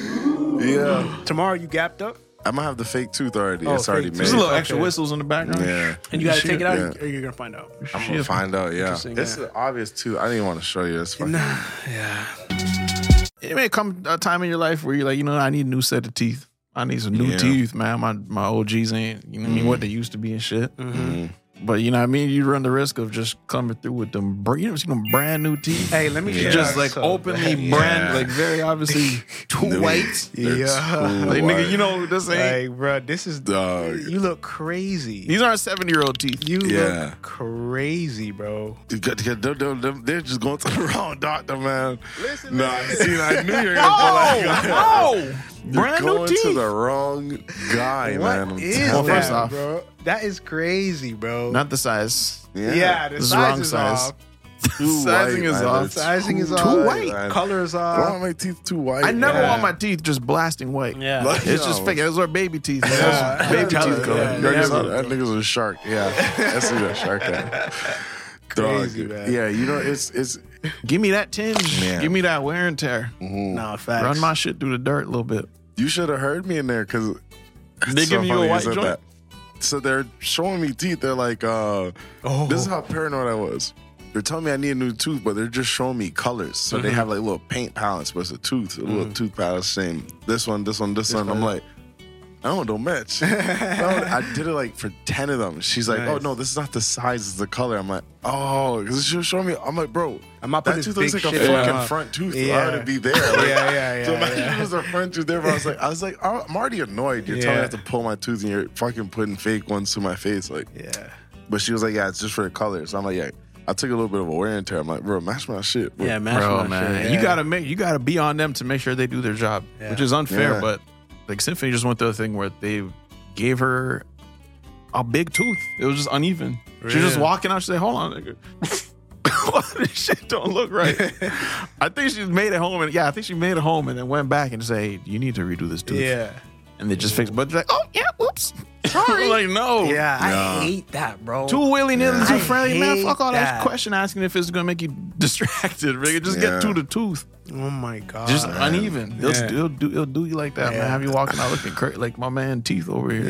Speaker 3: Yeah.
Speaker 6: Tomorrow you gapped up
Speaker 3: I might have the fake tooth already.
Speaker 6: Oh,
Speaker 3: it's already
Speaker 6: fake
Speaker 3: made.
Speaker 2: There's a little
Speaker 6: Okay.
Speaker 2: extra whistles in the background.
Speaker 3: yeah.
Speaker 6: and you got to
Speaker 2: Shit,
Speaker 6: take it out,
Speaker 3: yeah.
Speaker 6: or you're gonna find
Speaker 2: *laughs*
Speaker 6: out.
Speaker 3: I'm gonna find out. Yeah. This
Speaker 6: Interesting,
Speaker 3: is
Speaker 6: yeah.
Speaker 3: obvious too. I didn't want to show you this. Fucking,
Speaker 2: It may come a time in your life where you're like, you know, I need a new set of teeth. I need some new
Speaker 3: Yeah.
Speaker 2: teeth, man. My my old G's ain't, you know what I mean, what they used to be and shit.
Speaker 3: Mm-hmm.
Speaker 2: Mm-hmm. But you know what I mean? You run the risk of just coming through with them, br- you know, see them brand new teeth.
Speaker 6: Hey, let me
Speaker 3: Yeah.
Speaker 2: just like
Speaker 6: so
Speaker 2: openly
Speaker 6: bad.
Speaker 2: brand,
Speaker 3: Yeah.
Speaker 2: like very
Speaker 3: *laughs*
Speaker 2: obviously too
Speaker 3: They're-
Speaker 2: white.
Speaker 3: they're
Speaker 6: Yeah.
Speaker 2: *laughs*
Speaker 3: too
Speaker 2: Like, nigga,
Speaker 3: white.
Speaker 2: you know, this ain't,
Speaker 6: Like, bro, this is
Speaker 3: Dog.
Speaker 6: You look crazy.
Speaker 2: these aren't 70 year old teeth.
Speaker 6: You
Speaker 3: Yeah.
Speaker 6: look crazy, bro.
Speaker 3: You got to get- they're, they're- they're- they're just going to the *laughs* wrong doctor, man. Listen, nah, see, I knew you were gonna go *laughs*
Speaker 6: *laughs*
Speaker 3: like,
Speaker 2: oh,
Speaker 3: You're
Speaker 2: brand new
Speaker 3: going to
Speaker 2: teeth.
Speaker 3: the wrong guy, man. I'm
Speaker 6: What is
Speaker 3: telling
Speaker 2: Well,
Speaker 6: that,
Speaker 3: you.
Speaker 2: first off-
Speaker 6: bro? That is crazy, bro.
Speaker 2: Not the size.
Speaker 3: yeah,
Speaker 6: yeah, the
Speaker 2: This is
Speaker 6: size
Speaker 2: wrong
Speaker 6: is
Speaker 2: size.
Speaker 6: off.
Speaker 3: too
Speaker 2: sizing
Speaker 3: white,
Speaker 2: is
Speaker 3: man.
Speaker 2: off.
Speaker 3: It's
Speaker 6: Sizing is
Speaker 3: too
Speaker 6: off.
Speaker 3: white. man.
Speaker 6: Color uh, is
Speaker 3: Why are
Speaker 6: off.
Speaker 3: my teeth too white?
Speaker 2: I never
Speaker 3: man?
Speaker 2: want my teeth just blasting white.
Speaker 6: Yeah.
Speaker 3: Like,
Speaker 2: It's
Speaker 3: yo.
Speaker 2: just *laughs* fake. Those are baby teeth. Those
Speaker 3: Yeah.
Speaker 2: are baby
Speaker 3: Yeah,
Speaker 2: teeth color.
Speaker 3: yeah,
Speaker 6: never.
Speaker 3: I saw that. That nigga's a shark. Yeah, I see that shark. At.
Speaker 6: Crazy, man.
Speaker 3: Yeah, you know it's it's
Speaker 2: Give me that tinge.
Speaker 3: Man.
Speaker 2: Give me that wear and tear.
Speaker 6: Nah, facts.
Speaker 2: Run my shit through the dirt a little bit.
Speaker 3: You should have heard me in there because
Speaker 2: They giving you a white joint?
Speaker 3: So they're showing me teeth. They're like, uh,
Speaker 6: Oh.
Speaker 3: this is *laughs* how paranoid I was. They're telling me I need a new tooth, but they're just showing me colors. So
Speaker 6: Mm-hmm.
Speaker 3: they have like little paint palettes, but it's a tooth, a little tooth palette, same. This one, this one, this, one. I'm like, I don't, don't
Speaker 6: *laughs*
Speaker 3: match. I, I did it like for 10 of them. She's like, oh
Speaker 6: Nice.
Speaker 3: no, this is not the size, it's the color. I'm like, oh, because she was showing me, I'm like, bro,
Speaker 6: I'm not
Speaker 3: that
Speaker 6: putting
Speaker 3: tooth
Speaker 6: this
Speaker 3: looks like
Speaker 6: big
Speaker 3: a
Speaker 6: shit in my
Speaker 3: fucking
Speaker 6: mouth.
Speaker 3: front tooth.
Speaker 6: Yeah.
Speaker 3: I already be there. Like,
Speaker 6: *laughs* Yeah, yeah,
Speaker 3: So
Speaker 6: yeah,
Speaker 3: imagine
Speaker 6: yeah.
Speaker 3: it was a front tooth there, but I was like, I was like, "Oh, I'm already annoyed. You're telling me I
Speaker 6: Yeah.
Speaker 3: have to pull my tooth, and you're fucking putting fake ones to my face. Like,
Speaker 6: Yeah.
Speaker 3: but she was like, yeah, it's just for the colors. I'm like, yeah. I took a little bit of a wear and tear. I'm like, bro, match my shit. Bro.
Speaker 6: Yeah, match
Speaker 2: Bro,
Speaker 6: my
Speaker 2: man,
Speaker 6: shit,
Speaker 2: you
Speaker 6: yeah.
Speaker 2: gotta make you gotta be on them to make sure they do their job,
Speaker 6: Yeah.
Speaker 2: which is unfair.
Speaker 3: Yeah.
Speaker 2: But like Symphony just went through a thing where they gave her a big tooth. It was just uneven. She was just
Speaker 6: Really?
Speaker 2: walking out. She said, "Hold on, nigga." *laughs* this shit don't look
Speaker 6: *laughs*
Speaker 2: right. I think she made it home, and yeah, I think she made it home, and then went back and said, "Hey, you need to redo this tooth."
Speaker 6: Yeah.
Speaker 2: and they just fixed. But they're like, "Oh yeah, whoops, sorry." *laughs* like no,
Speaker 6: Yeah,
Speaker 3: Yeah.
Speaker 6: I hate that, bro.
Speaker 2: Too willy nilly,
Speaker 6: Yeah.
Speaker 2: too
Speaker 6: I
Speaker 2: friendly, man.
Speaker 6: hate
Speaker 2: Fuck all that.
Speaker 6: that.
Speaker 2: question asking if it's gonna make you *laughs* distracted, nigga. Just
Speaker 3: Yeah.
Speaker 2: get to the tooth.
Speaker 6: Oh my god.
Speaker 2: Just uneven. It'll,
Speaker 6: Yeah.
Speaker 2: it'll do it'll do you like that,
Speaker 6: Yeah.
Speaker 2: man. Have you walking out looking cra- like my man teeth over here? *laughs*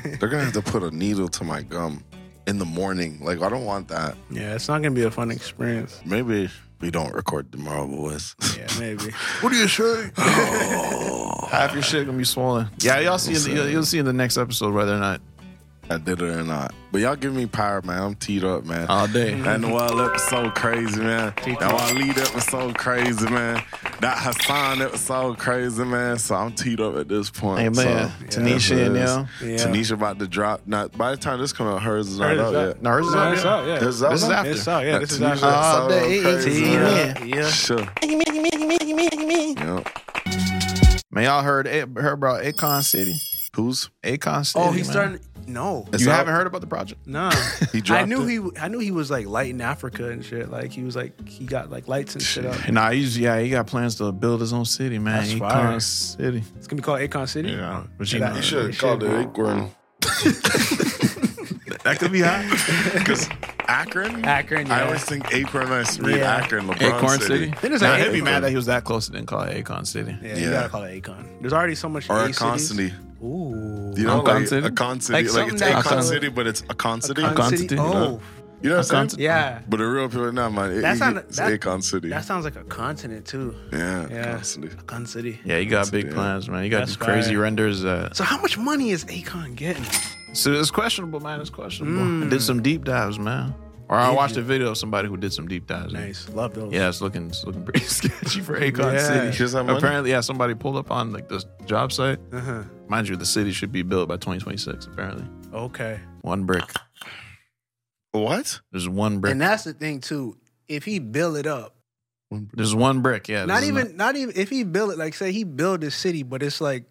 Speaker 6: yeah. *laughs*
Speaker 3: They're gonna have to put a needle to my gum in the morning. Like, I don't want that.
Speaker 6: yeah, it's not gonna be a fun experience.
Speaker 3: Maybe we don't record tomorrow, boys.
Speaker 6: Yeah, maybe.
Speaker 3: *laughs* what do you say?
Speaker 2: Half your shit gonna be swollen. Yeah, y'all see. In the, you'll, you'll see in the next episode whether or not
Speaker 3: I did it or not. But y'all give me power, man. I'm teed up, man.
Speaker 2: all day.
Speaker 3: That Noel episode crazy, man. That Waleed episode crazy, man. That Hassan episode crazy, man. So I'm teed up at this point.
Speaker 2: Hey, man.
Speaker 3: So,
Speaker 2: Tanisha
Speaker 3: yeah,
Speaker 2: and
Speaker 3: it is.
Speaker 2: y'all.
Speaker 6: Yeah.
Speaker 3: Tanisha about to drop. Now, by the time this comes out, hers is not
Speaker 6: Hers is
Speaker 3: out
Speaker 6: out.
Speaker 3: yet.
Speaker 2: No, hers is
Speaker 6: No,
Speaker 2: out
Speaker 6: it's Ah,
Speaker 2: yet.
Speaker 6: out, yeah.
Speaker 3: This is out
Speaker 2: This is
Speaker 3: now?
Speaker 2: after.
Speaker 6: It's out, yeah.
Speaker 3: That
Speaker 6: This is
Speaker 3: Tanisha
Speaker 6: out.
Speaker 2: All
Speaker 3: episode
Speaker 2: day.
Speaker 3: crazy,
Speaker 2: Yeah.
Speaker 3: man. Sure.
Speaker 6: Yeah.
Speaker 3: Yeah.
Speaker 2: Man, y'all heard A- heard about Akon City.
Speaker 3: Who's?
Speaker 2: Akon City.
Speaker 6: Oh, he's
Speaker 2: man.
Speaker 6: starting. No,
Speaker 3: It's
Speaker 2: You
Speaker 3: out?
Speaker 2: haven't heard about the project?
Speaker 6: no.
Speaker 3: *laughs* He dropped
Speaker 6: I knew
Speaker 3: it?
Speaker 6: he. I knew he was like light in Africa and shit. Like he was like he got like lights and shit up.
Speaker 2: Nah, he's yeah, he got plans to build his own city, man.
Speaker 6: That's
Speaker 2: Akon
Speaker 6: fire.
Speaker 2: City.
Speaker 6: It's gonna be called Akon City.
Speaker 2: Yeah, but
Speaker 6: Nah,
Speaker 3: You
Speaker 6: he
Speaker 3: should have
Speaker 6: should,
Speaker 3: called
Speaker 6: bro.
Speaker 3: it *laughs* Akron.
Speaker 2: That could be *laughs* hot.
Speaker 3: Because Akron?
Speaker 6: Akron,
Speaker 3: I
Speaker 6: *laughs* yeah.
Speaker 3: always think Akron. I read
Speaker 6: Yeah.
Speaker 3: Akron, LeBron
Speaker 2: Acorn City.
Speaker 3: City.
Speaker 6: Then there's
Speaker 2: Nah,
Speaker 6: like
Speaker 2: he'd be
Speaker 6: Akon.
Speaker 2: mad that he was that close and didn't call it Akon City.
Speaker 6: Yeah,
Speaker 3: Yeah.
Speaker 6: you gotta call it Akon. There's already so much.
Speaker 3: Or
Speaker 6: A cities.
Speaker 3: Akon City.
Speaker 6: Ooh.
Speaker 3: You know, like
Speaker 7: Akansiri?
Speaker 3: a concity,
Speaker 7: Like
Speaker 3: like,
Speaker 7: something
Speaker 3: it's
Speaker 7: that-
Speaker 3: a concity, but it's a concity.
Speaker 7: Akon
Speaker 6: Con
Speaker 7: City,
Speaker 6: City.
Speaker 7: you
Speaker 6: Oh,
Speaker 7: know?
Speaker 3: You know what I'm saying?
Speaker 6: yeah.
Speaker 3: But the real people, nah, man. It,
Speaker 6: That's
Speaker 3: it-
Speaker 6: not-
Speaker 3: it's
Speaker 6: that-
Speaker 3: Akon City.
Speaker 6: That sounds like a continent too.
Speaker 3: yeah,
Speaker 6: Yeah.
Speaker 3: Akon City.
Speaker 6: Akon City.
Speaker 2: Yeah, you got big
Speaker 3: Yeah.
Speaker 2: plans, man. You got
Speaker 6: That's
Speaker 2: these crazy
Speaker 6: fire.
Speaker 2: renders. Uh,
Speaker 6: So how much money is Akon getting?
Speaker 2: so it's questionable, man. It's questionable. I
Speaker 6: Mm.
Speaker 2: did some deep dives, man. Or I watched a video of somebody who did some deep dives.
Speaker 6: Nice. Love those.
Speaker 2: Yeah, it's looking it's looking pretty *laughs* sketchy for Akon
Speaker 6: Yeah.
Speaker 2: City.
Speaker 3: Just that money?
Speaker 2: Apparently, yeah, somebody pulled up on like this job site.
Speaker 6: Uh-huh.
Speaker 2: Mind you, the city should be built by 2026. Apparently,
Speaker 6: Okay.
Speaker 2: one brick.
Speaker 3: What?
Speaker 2: There's one brick.
Speaker 6: And that's the thing too. If he build it up,
Speaker 2: There's one brick. Yeah.
Speaker 6: not
Speaker 2: this is
Speaker 6: even not, even if he build it like say he build this city, but it's like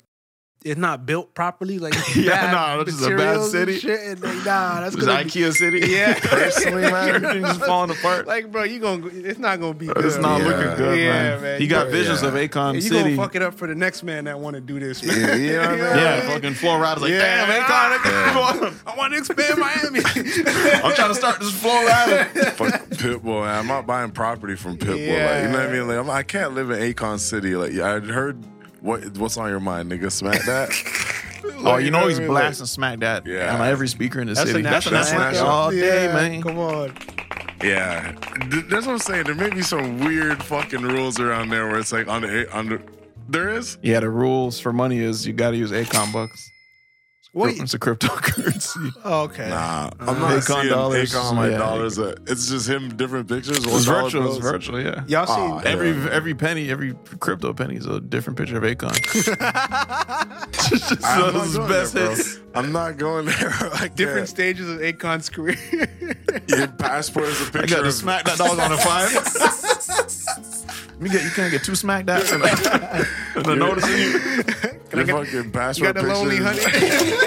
Speaker 6: it's not built properly. Like
Speaker 2: *laughs* Yeah,
Speaker 6: bad
Speaker 2: nah, this is a bad
Speaker 6: materials and
Speaker 2: city.
Speaker 6: shit, and, like, nah, Oh, that's
Speaker 2: This
Speaker 6: gonna
Speaker 2: is
Speaker 6: be,
Speaker 2: IKEA City.
Speaker 6: *laughs* Yeah.
Speaker 2: Personally,
Speaker 6: *laughs*
Speaker 2: man, everything's falling apart.
Speaker 6: like bro, you gonna it's not gonna be. Good.
Speaker 2: it's not
Speaker 3: Yeah.
Speaker 2: looking good,
Speaker 6: Yeah,
Speaker 2: man.
Speaker 6: man,
Speaker 2: He got
Speaker 6: yeah.
Speaker 2: visions of Akon
Speaker 6: And you
Speaker 2: City.
Speaker 6: gonna fuck it up for the next man that want to do this. Man. *laughs*
Speaker 3: Yeah, you know what I mean?
Speaker 2: yeah, fucking Florida's like,
Speaker 6: Yeah,
Speaker 2: damn, Akon,
Speaker 6: I want to
Speaker 2: *laughs*
Speaker 6: expand Miami.
Speaker 2: I'm trying to start this *laughs* Florida.
Speaker 3: Fuck Pitbull. man. I'm not buying property from Pitbull. Like, you know what I mean? Like, I'm, I can't live in Akon City. Like, yeah, I heard what what's on your mind, nigga. Smack
Speaker 6: *laughs*
Speaker 3: that.
Speaker 2: Oh, you know he's
Speaker 3: Like,
Speaker 2: blasting smack that
Speaker 3: Yeah.
Speaker 2: on every speaker in the
Speaker 6: That's
Speaker 2: city.
Speaker 6: a
Speaker 2: That's a
Speaker 6: national
Speaker 2: national
Speaker 3: anthem.
Speaker 2: all day,
Speaker 6: Yeah,
Speaker 2: man.
Speaker 6: Come on.
Speaker 3: Yeah, Th- that's what I'm saying. There may be some weird fucking rules around there where it's like on the on the. There is.
Speaker 2: Yeah, the rules for money is you got to use Akon bucks.
Speaker 6: Wait.
Speaker 2: It's a *laughs* cryptocurrency.
Speaker 6: oh, Okay.
Speaker 3: Nah, I'm not
Speaker 2: Akon
Speaker 3: seeing
Speaker 2: Uh, dollars,
Speaker 3: Akon my
Speaker 2: yeah.
Speaker 3: dollars. uh, It's just him different pictures.
Speaker 2: It's
Speaker 3: $1
Speaker 2: virtual. It's
Speaker 3: bills.
Speaker 2: virtual. Yeah.
Speaker 6: Y'all seen?
Speaker 3: Aw, yeah.
Speaker 2: Every every penny, every crypto penny is a different picture of *laughs* Akon. Just
Speaker 3: I'm
Speaker 2: those
Speaker 3: not,
Speaker 2: best
Speaker 3: going there,
Speaker 2: hits.
Speaker 3: bro. I'm not going there. *laughs* Like
Speaker 6: different
Speaker 3: yeah.
Speaker 6: stages of Akon's career. *laughs*
Speaker 3: Your passport is
Speaker 2: *laughs*
Speaker 3: a
Speaker 2: I
Speaker 3: picture
Speaker 2: got to
Speaker 3: of
Speaker 2: smack that dog on a
Speaker 3: *laughs*
Speaker 2: five. you, get, you can't get two smack daps. and I
Speaker 3: *laughs*
Speaker 2: notice you.
Speaker 3: your fucking
Speaker 6: you got
Speaker 3: passport
Speaker 6: the lonely
Speaker 3: picture.
Speaker 6: honey.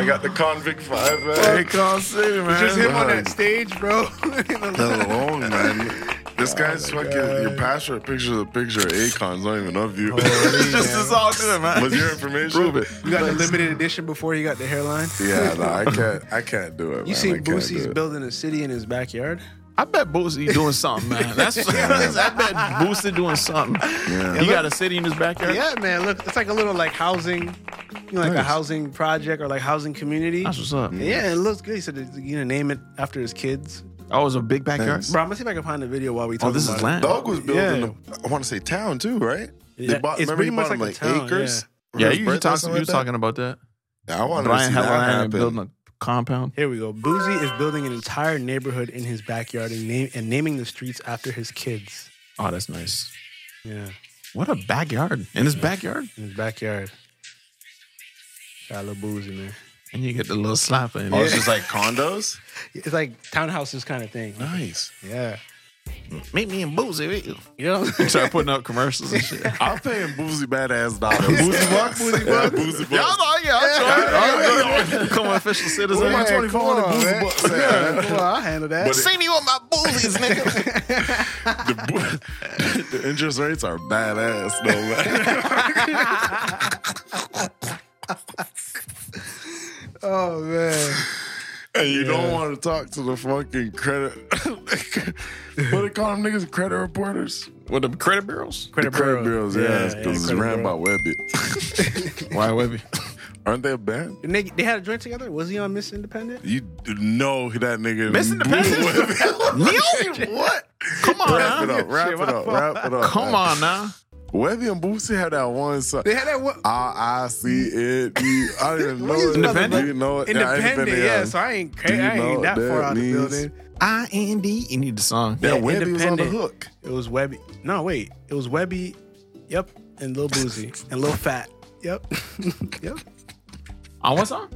Speaker 3: I got the convict five. Man.
Speaker 2: Akon City, man.
Speaker 6: Just him on
Speaker 3: Right.
Speaker 6: that stage, bro. *laughs*
Speaker 3: That's long, man.
Speaker 2: Oh
Speaker 3: This guy's fucking. Your passport picture is a picture of Akon's, not even of you.
Speaker 2: It's just it's all good, man.
Speaker 3: *laughs* With your information,
Speaker 2: Oh, Prove it.
Speaker 6: you got the limited edition before you got the hairline.
Speaker 3: Yeah, no, I can't. I can't do it.
Speaker 6: You
Speaker 3: man.
Speaker 6: seen
Speaker 3: I can't do
Speaker 6: Boosie's
Speaker 3: it.
Speaker 6: building a city in his backyard?
Speaker 2: I bet Boosie doing something,
Speaker 3: *laughs*
Speaker 2: man. That's, *laughs* I bet Boosie doing something.
Speaker 3: Yeah.
Speaker 2: He got a city in his backyard.
Speaker 6: Yeah, man. Look, it's like a little like housing, you know, like a
Speaker 3: Nice.
Speaker 6: housing project or like housing community.
Speaker 2: That's what's up.
Speaker 6: Yeah, it looks good. He said that you know name it after his kids.
Speaker 2: Oh, it's a big backyard.
Speaker 6: Bro, I'm gonna see if I can find the video while we talk.
Speaker 2: Oh, this is land.
Speaker 3: Dog was building.
Speaker 6: Yeah.
Speaker 3: A, I want to say town too, right?
Speaker 6: Yeah,
Speaker 3: They bought.
Speaker 6: it's
Speaker 3: remember
Speaker 6: pretty
Speaker 3: he
Speaker 6: much
Speaker 3: bought him
Speaker 6: like
Speaker 3: like,
Speaker 6: a town,
Speaker 3: acres.
Speaker 2: Yeah,
Speaker 3: for his
Speaker 2: you,
Speaker 3: birthday
Speaker 2: you,
Speaker 3: or
Speaker 2: talking,
Speaker 3: something
Speaker 2: you
Speaker 3: like
Speaker 2: was
Speaker 3: that?
Speaker 2: talking about that.
Speaker 3: Yeah, I want to
Speaker 2: Brian
Speaker 3: see that
Speaker 2: Helen
Speaker 3: happen.
Speaker 2: building a compound.
Speaker 6: Here we go. Boozy is building an entire neighborhood in his backyard and, name, and naming the streets after his kids.
Speaker 2: Oh, that's nice.
Speaker 6: Yeah,
Speaker 2: What a backyard. In his backyard.
Speaker 6: in his backyard. Got a little boozy, man.
Speaker 2: And you get the little slapper in
Speaker 3: Oh,
Speaker 2: it. *laughs*
Speaker 3: it's just like condos.
Speaker 6: It's like townhouses kind of thing.
Speaker 3: Nice.
Speaker 6: Yeah.
Speaker 2: Meet me in Boosie. with you. *laughs*
Speaker 6: You know?
Speaker 2: Start putting out commercials and shit. *laughs*
Speaker 3: I'm paying Boozy badass dollars. *laughs* Boozy bucks. Boozy bucks. Boozy bucks.
Speaker 2: Y'all know, yeah, I'll *laughs* join. Become an official citizen.
Speaker 3: Where my
Speaker 2: Yeah,
Speaker 3: 25 on the Boozy bucks. at, man?
Speaker 6: well, I'll handle that.
Speaker 3: But it-
Speaker 2: See me with my boozies, nigga.
Speaker 3: the, bo- *laughs* the interest rates are badass though, man.
Speaker 6: oh, man.
Speaker 3: and you don't want to talk to the fucking credit. *laughs* what do they call them niggas? Credit reporters?
Speaker 2: With the credit bureaus?
Speaker 3: The credit bureaus, yeah. Because
Speaker 6: yeah,
Speaker 3: it's
Speaker 6: credit
Speaker 3: ran by Webby.
Speaker 2: Why, Webby?
Speaker 3: Aren't they a band?
Speaker 6: And they, they had a joint together? Was he on Miss Independent?
Speaker 3: You know that nigga.
Speaker 2: Miss Independent?
Speaker 6: *laughs*
Speaker 3: *laughs* Webby. what?
Speaker 2: *laughs* Come on,
Speaker 3: Wrap it
Speaker 2: now.
Speaker 3: up. Wrap it up. Wrap it up.
Speaker 2: Come
Speaker 3: man.
Speaker 2: on now.
Speaker 3: Webby and Boosie had that one song.
Speaker 6: They had that one.
Speaker 3: I, I see it. You, I
Speaker 6: *laughs*
Speaker 3: didn't even know
Speaker 6: is
Speaker 3: it.
Speaker 2: Independent?
Speaker 3: Do you know it? Yeah,
Speaker 6: Independent, yeah.
Speaker 3: yeah.
Speaker 6: So I ain't,
Speaker 3: Do
Speaker 6: cra-
Speaker 3: you
Speaker 6: I ain't
Speaker 3: know
Speaker 6: that,
Speaker 3: that
Speaker 6: far out of the
Speaker 3: means-
Speaker 6: building.
Speaker 2: I and D. E. You need the song.
Speaker 3: That Webby was on the
Speaker 6: Independent.
Speaker 3: hook.
Speaker 6: It was Webby. No, wait. It was Webby. Yep. And Lil Boozy.
Speaker 3: *laughs*
Speaker 6: and Lil Fat. Yep. *laughs* yep.
Speaker 2: On what song?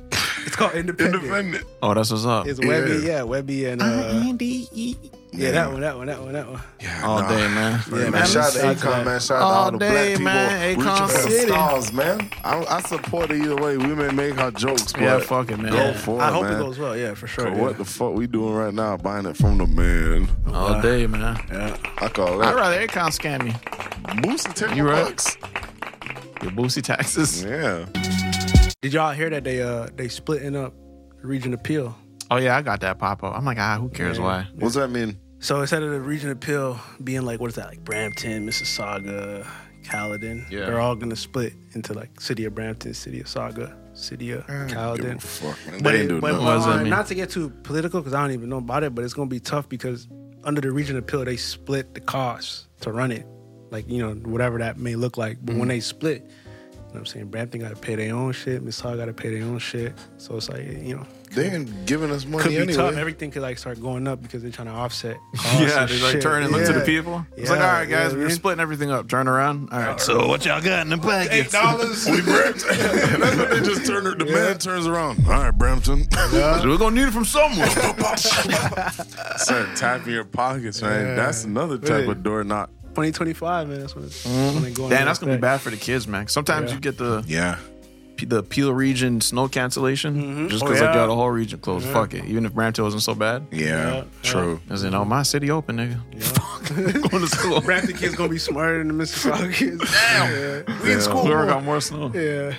Speaker 6: It's called Independent.
Speaker 3: Independent.
Speaker 2: Oh, that's what's up.
Speaker 6: It's Webby. Yeah. Webby and. Uh,
Speaker 2: E.
Speaker 6: yeah, that one, that one, that one, that one.
Speaker 2: All day, man.
Speaker 3: Yeah, man.
Speaker 6: man.
Speaker 3: Shout out
Speaker 6: Shout
Speaker 3: to Akon,
Speaker 6: out.
Speaker 3: man. Shout out to
Speaker 2: All
Speaker 3: all the black
Speaker 2: day,
Speaker 3: people.
Speaker 2: man.
Speaker 3: reaching
Speaker 2: Akon
Speaker 3: for the
Speaker 2: City.
Speaker 3: Stars, man. I, I support it either way. We may make our jokes, but
Speaker 2: Yeah, fuck it, man.
Speaker 3: Go
Speaker 2: Yeah.
Speaker 3: for it,
Speaker 6: I hope
Speaker 3: man.
Speaker 6: it goes well. Yeah, for sure.
Speaker 3: But
Speaker 6: yeah.
Speaker 3: What the fuck we doing right now? Buying it from the man.
Speaker 2: All day, man.
Speaker 3: I call
Speaker 2: I'd
Speaker 3: that
Speaker 2: rather Akon scam me.
Speaker 3: boost the ten
Speaker 2: You right?
Speaker 3: bucks.
Speaker 2: Your Boosie taxes.
Speaker 3: Yeah.
Speaker 6: Did y'all hear that they uh they splitting up the region appeal?
Speaker 2: Oh, yeah, I got that pop up. I'm like, ah, who cares why?
Speaker 3: What's that mean?
Speaker 6: So instead of the region appeal being like what is that like Brampton, Mississauga, Caledon.
Speaker 7: Yeah.
Speaker 6: They're all gonna split into like City of Brampton, City of Saga, City of Caledon.
Speaker 3: Fuck, man.
Speaker 6: But,
Speaker 3: They
Speaker 6: it,
Speaker 3: ain't doing
Speaker 6: but
Speaker 3: nothing.
Speaker 2: What does that
Speaker 6: uh,
Speaker 2: mean?
Speaker 6: Mm. not to get too political because I don't even know about it, but it's gonna be tough because under the region appeal they split the costs to run it, like you know whatever that may look like. But when they split, you know what I'm saying Brampton got to pay their own shit, Mississauga got to pay their own shit. So it's like you know
Speaker 3: They ain't giving us money
Speaker 6: could be
Speaker 3: anyway.
Speaker 6: tough. Everything could like start going up because they're trying
Speaker 2: *laughs*
Speaker 6: to offset. costs
Speaker 2: Yeah,
Speaker 6: and
Speaker 2: they like
Speaker 6: Oh, shit.
Speaker 2: turn and look to the
Speaker 6: Yeah.
Speaker 2: people. It's like, all
Speaker 6: Yeah,
Speaker 2: right,
Speaker 6: yeah,
Speaker 2: guys, we're
Speaker 6: man.
Speaker 2: splitting everything up. Turn around. All right, so what y'all got in the *laughs* packets?
Speaker 3: dollars. we Brampton. That's what they just turn. The man turns around. All right, Brampton. *laughs*
Speaker 2: We're gonna need it from *laughs* somewhere.
Speaker 3: Start tapping your pockets, man. That's another type
Speaker 6: Really?
Speaker 3: of door knock.
Speaker 6: 2025, man. That's when it's when they going.
Speaker 2: Mm-hmm. Damn,
Speaker 6: into
Speaker 2: that's gonna be
Speaker 6: effect.
Speaker 2: bad for the kids, man. Sometimes
Speaker 6: Yeah.
Speaker 2: you get the
Speaker 3: Yeah.
Speaker 2: the Peel region snow cancellation just
Speaker 6: Oh,
Speaker 2: because like
Speaker 6: yeah.
Speaker 2: yo, the whole region closed. Fuck it, even if Brampton wasn't so bad.
Speaker 3: Yeah. True.
Speaker 2: As in, oh, my city open, nigga. *laughs* Fuck, going to
Speaker 6: *laughs*
Speaker 2: school.
Speaker 6: Brampton kids gonna be smarter than the
Speaker 2: *laughs*
Speaker 6: Mississauga kids. Damn. Yeah.
Speaker 3: Yeah.
Speaker 2: Florida got more snow.
Speaker 6: yeah.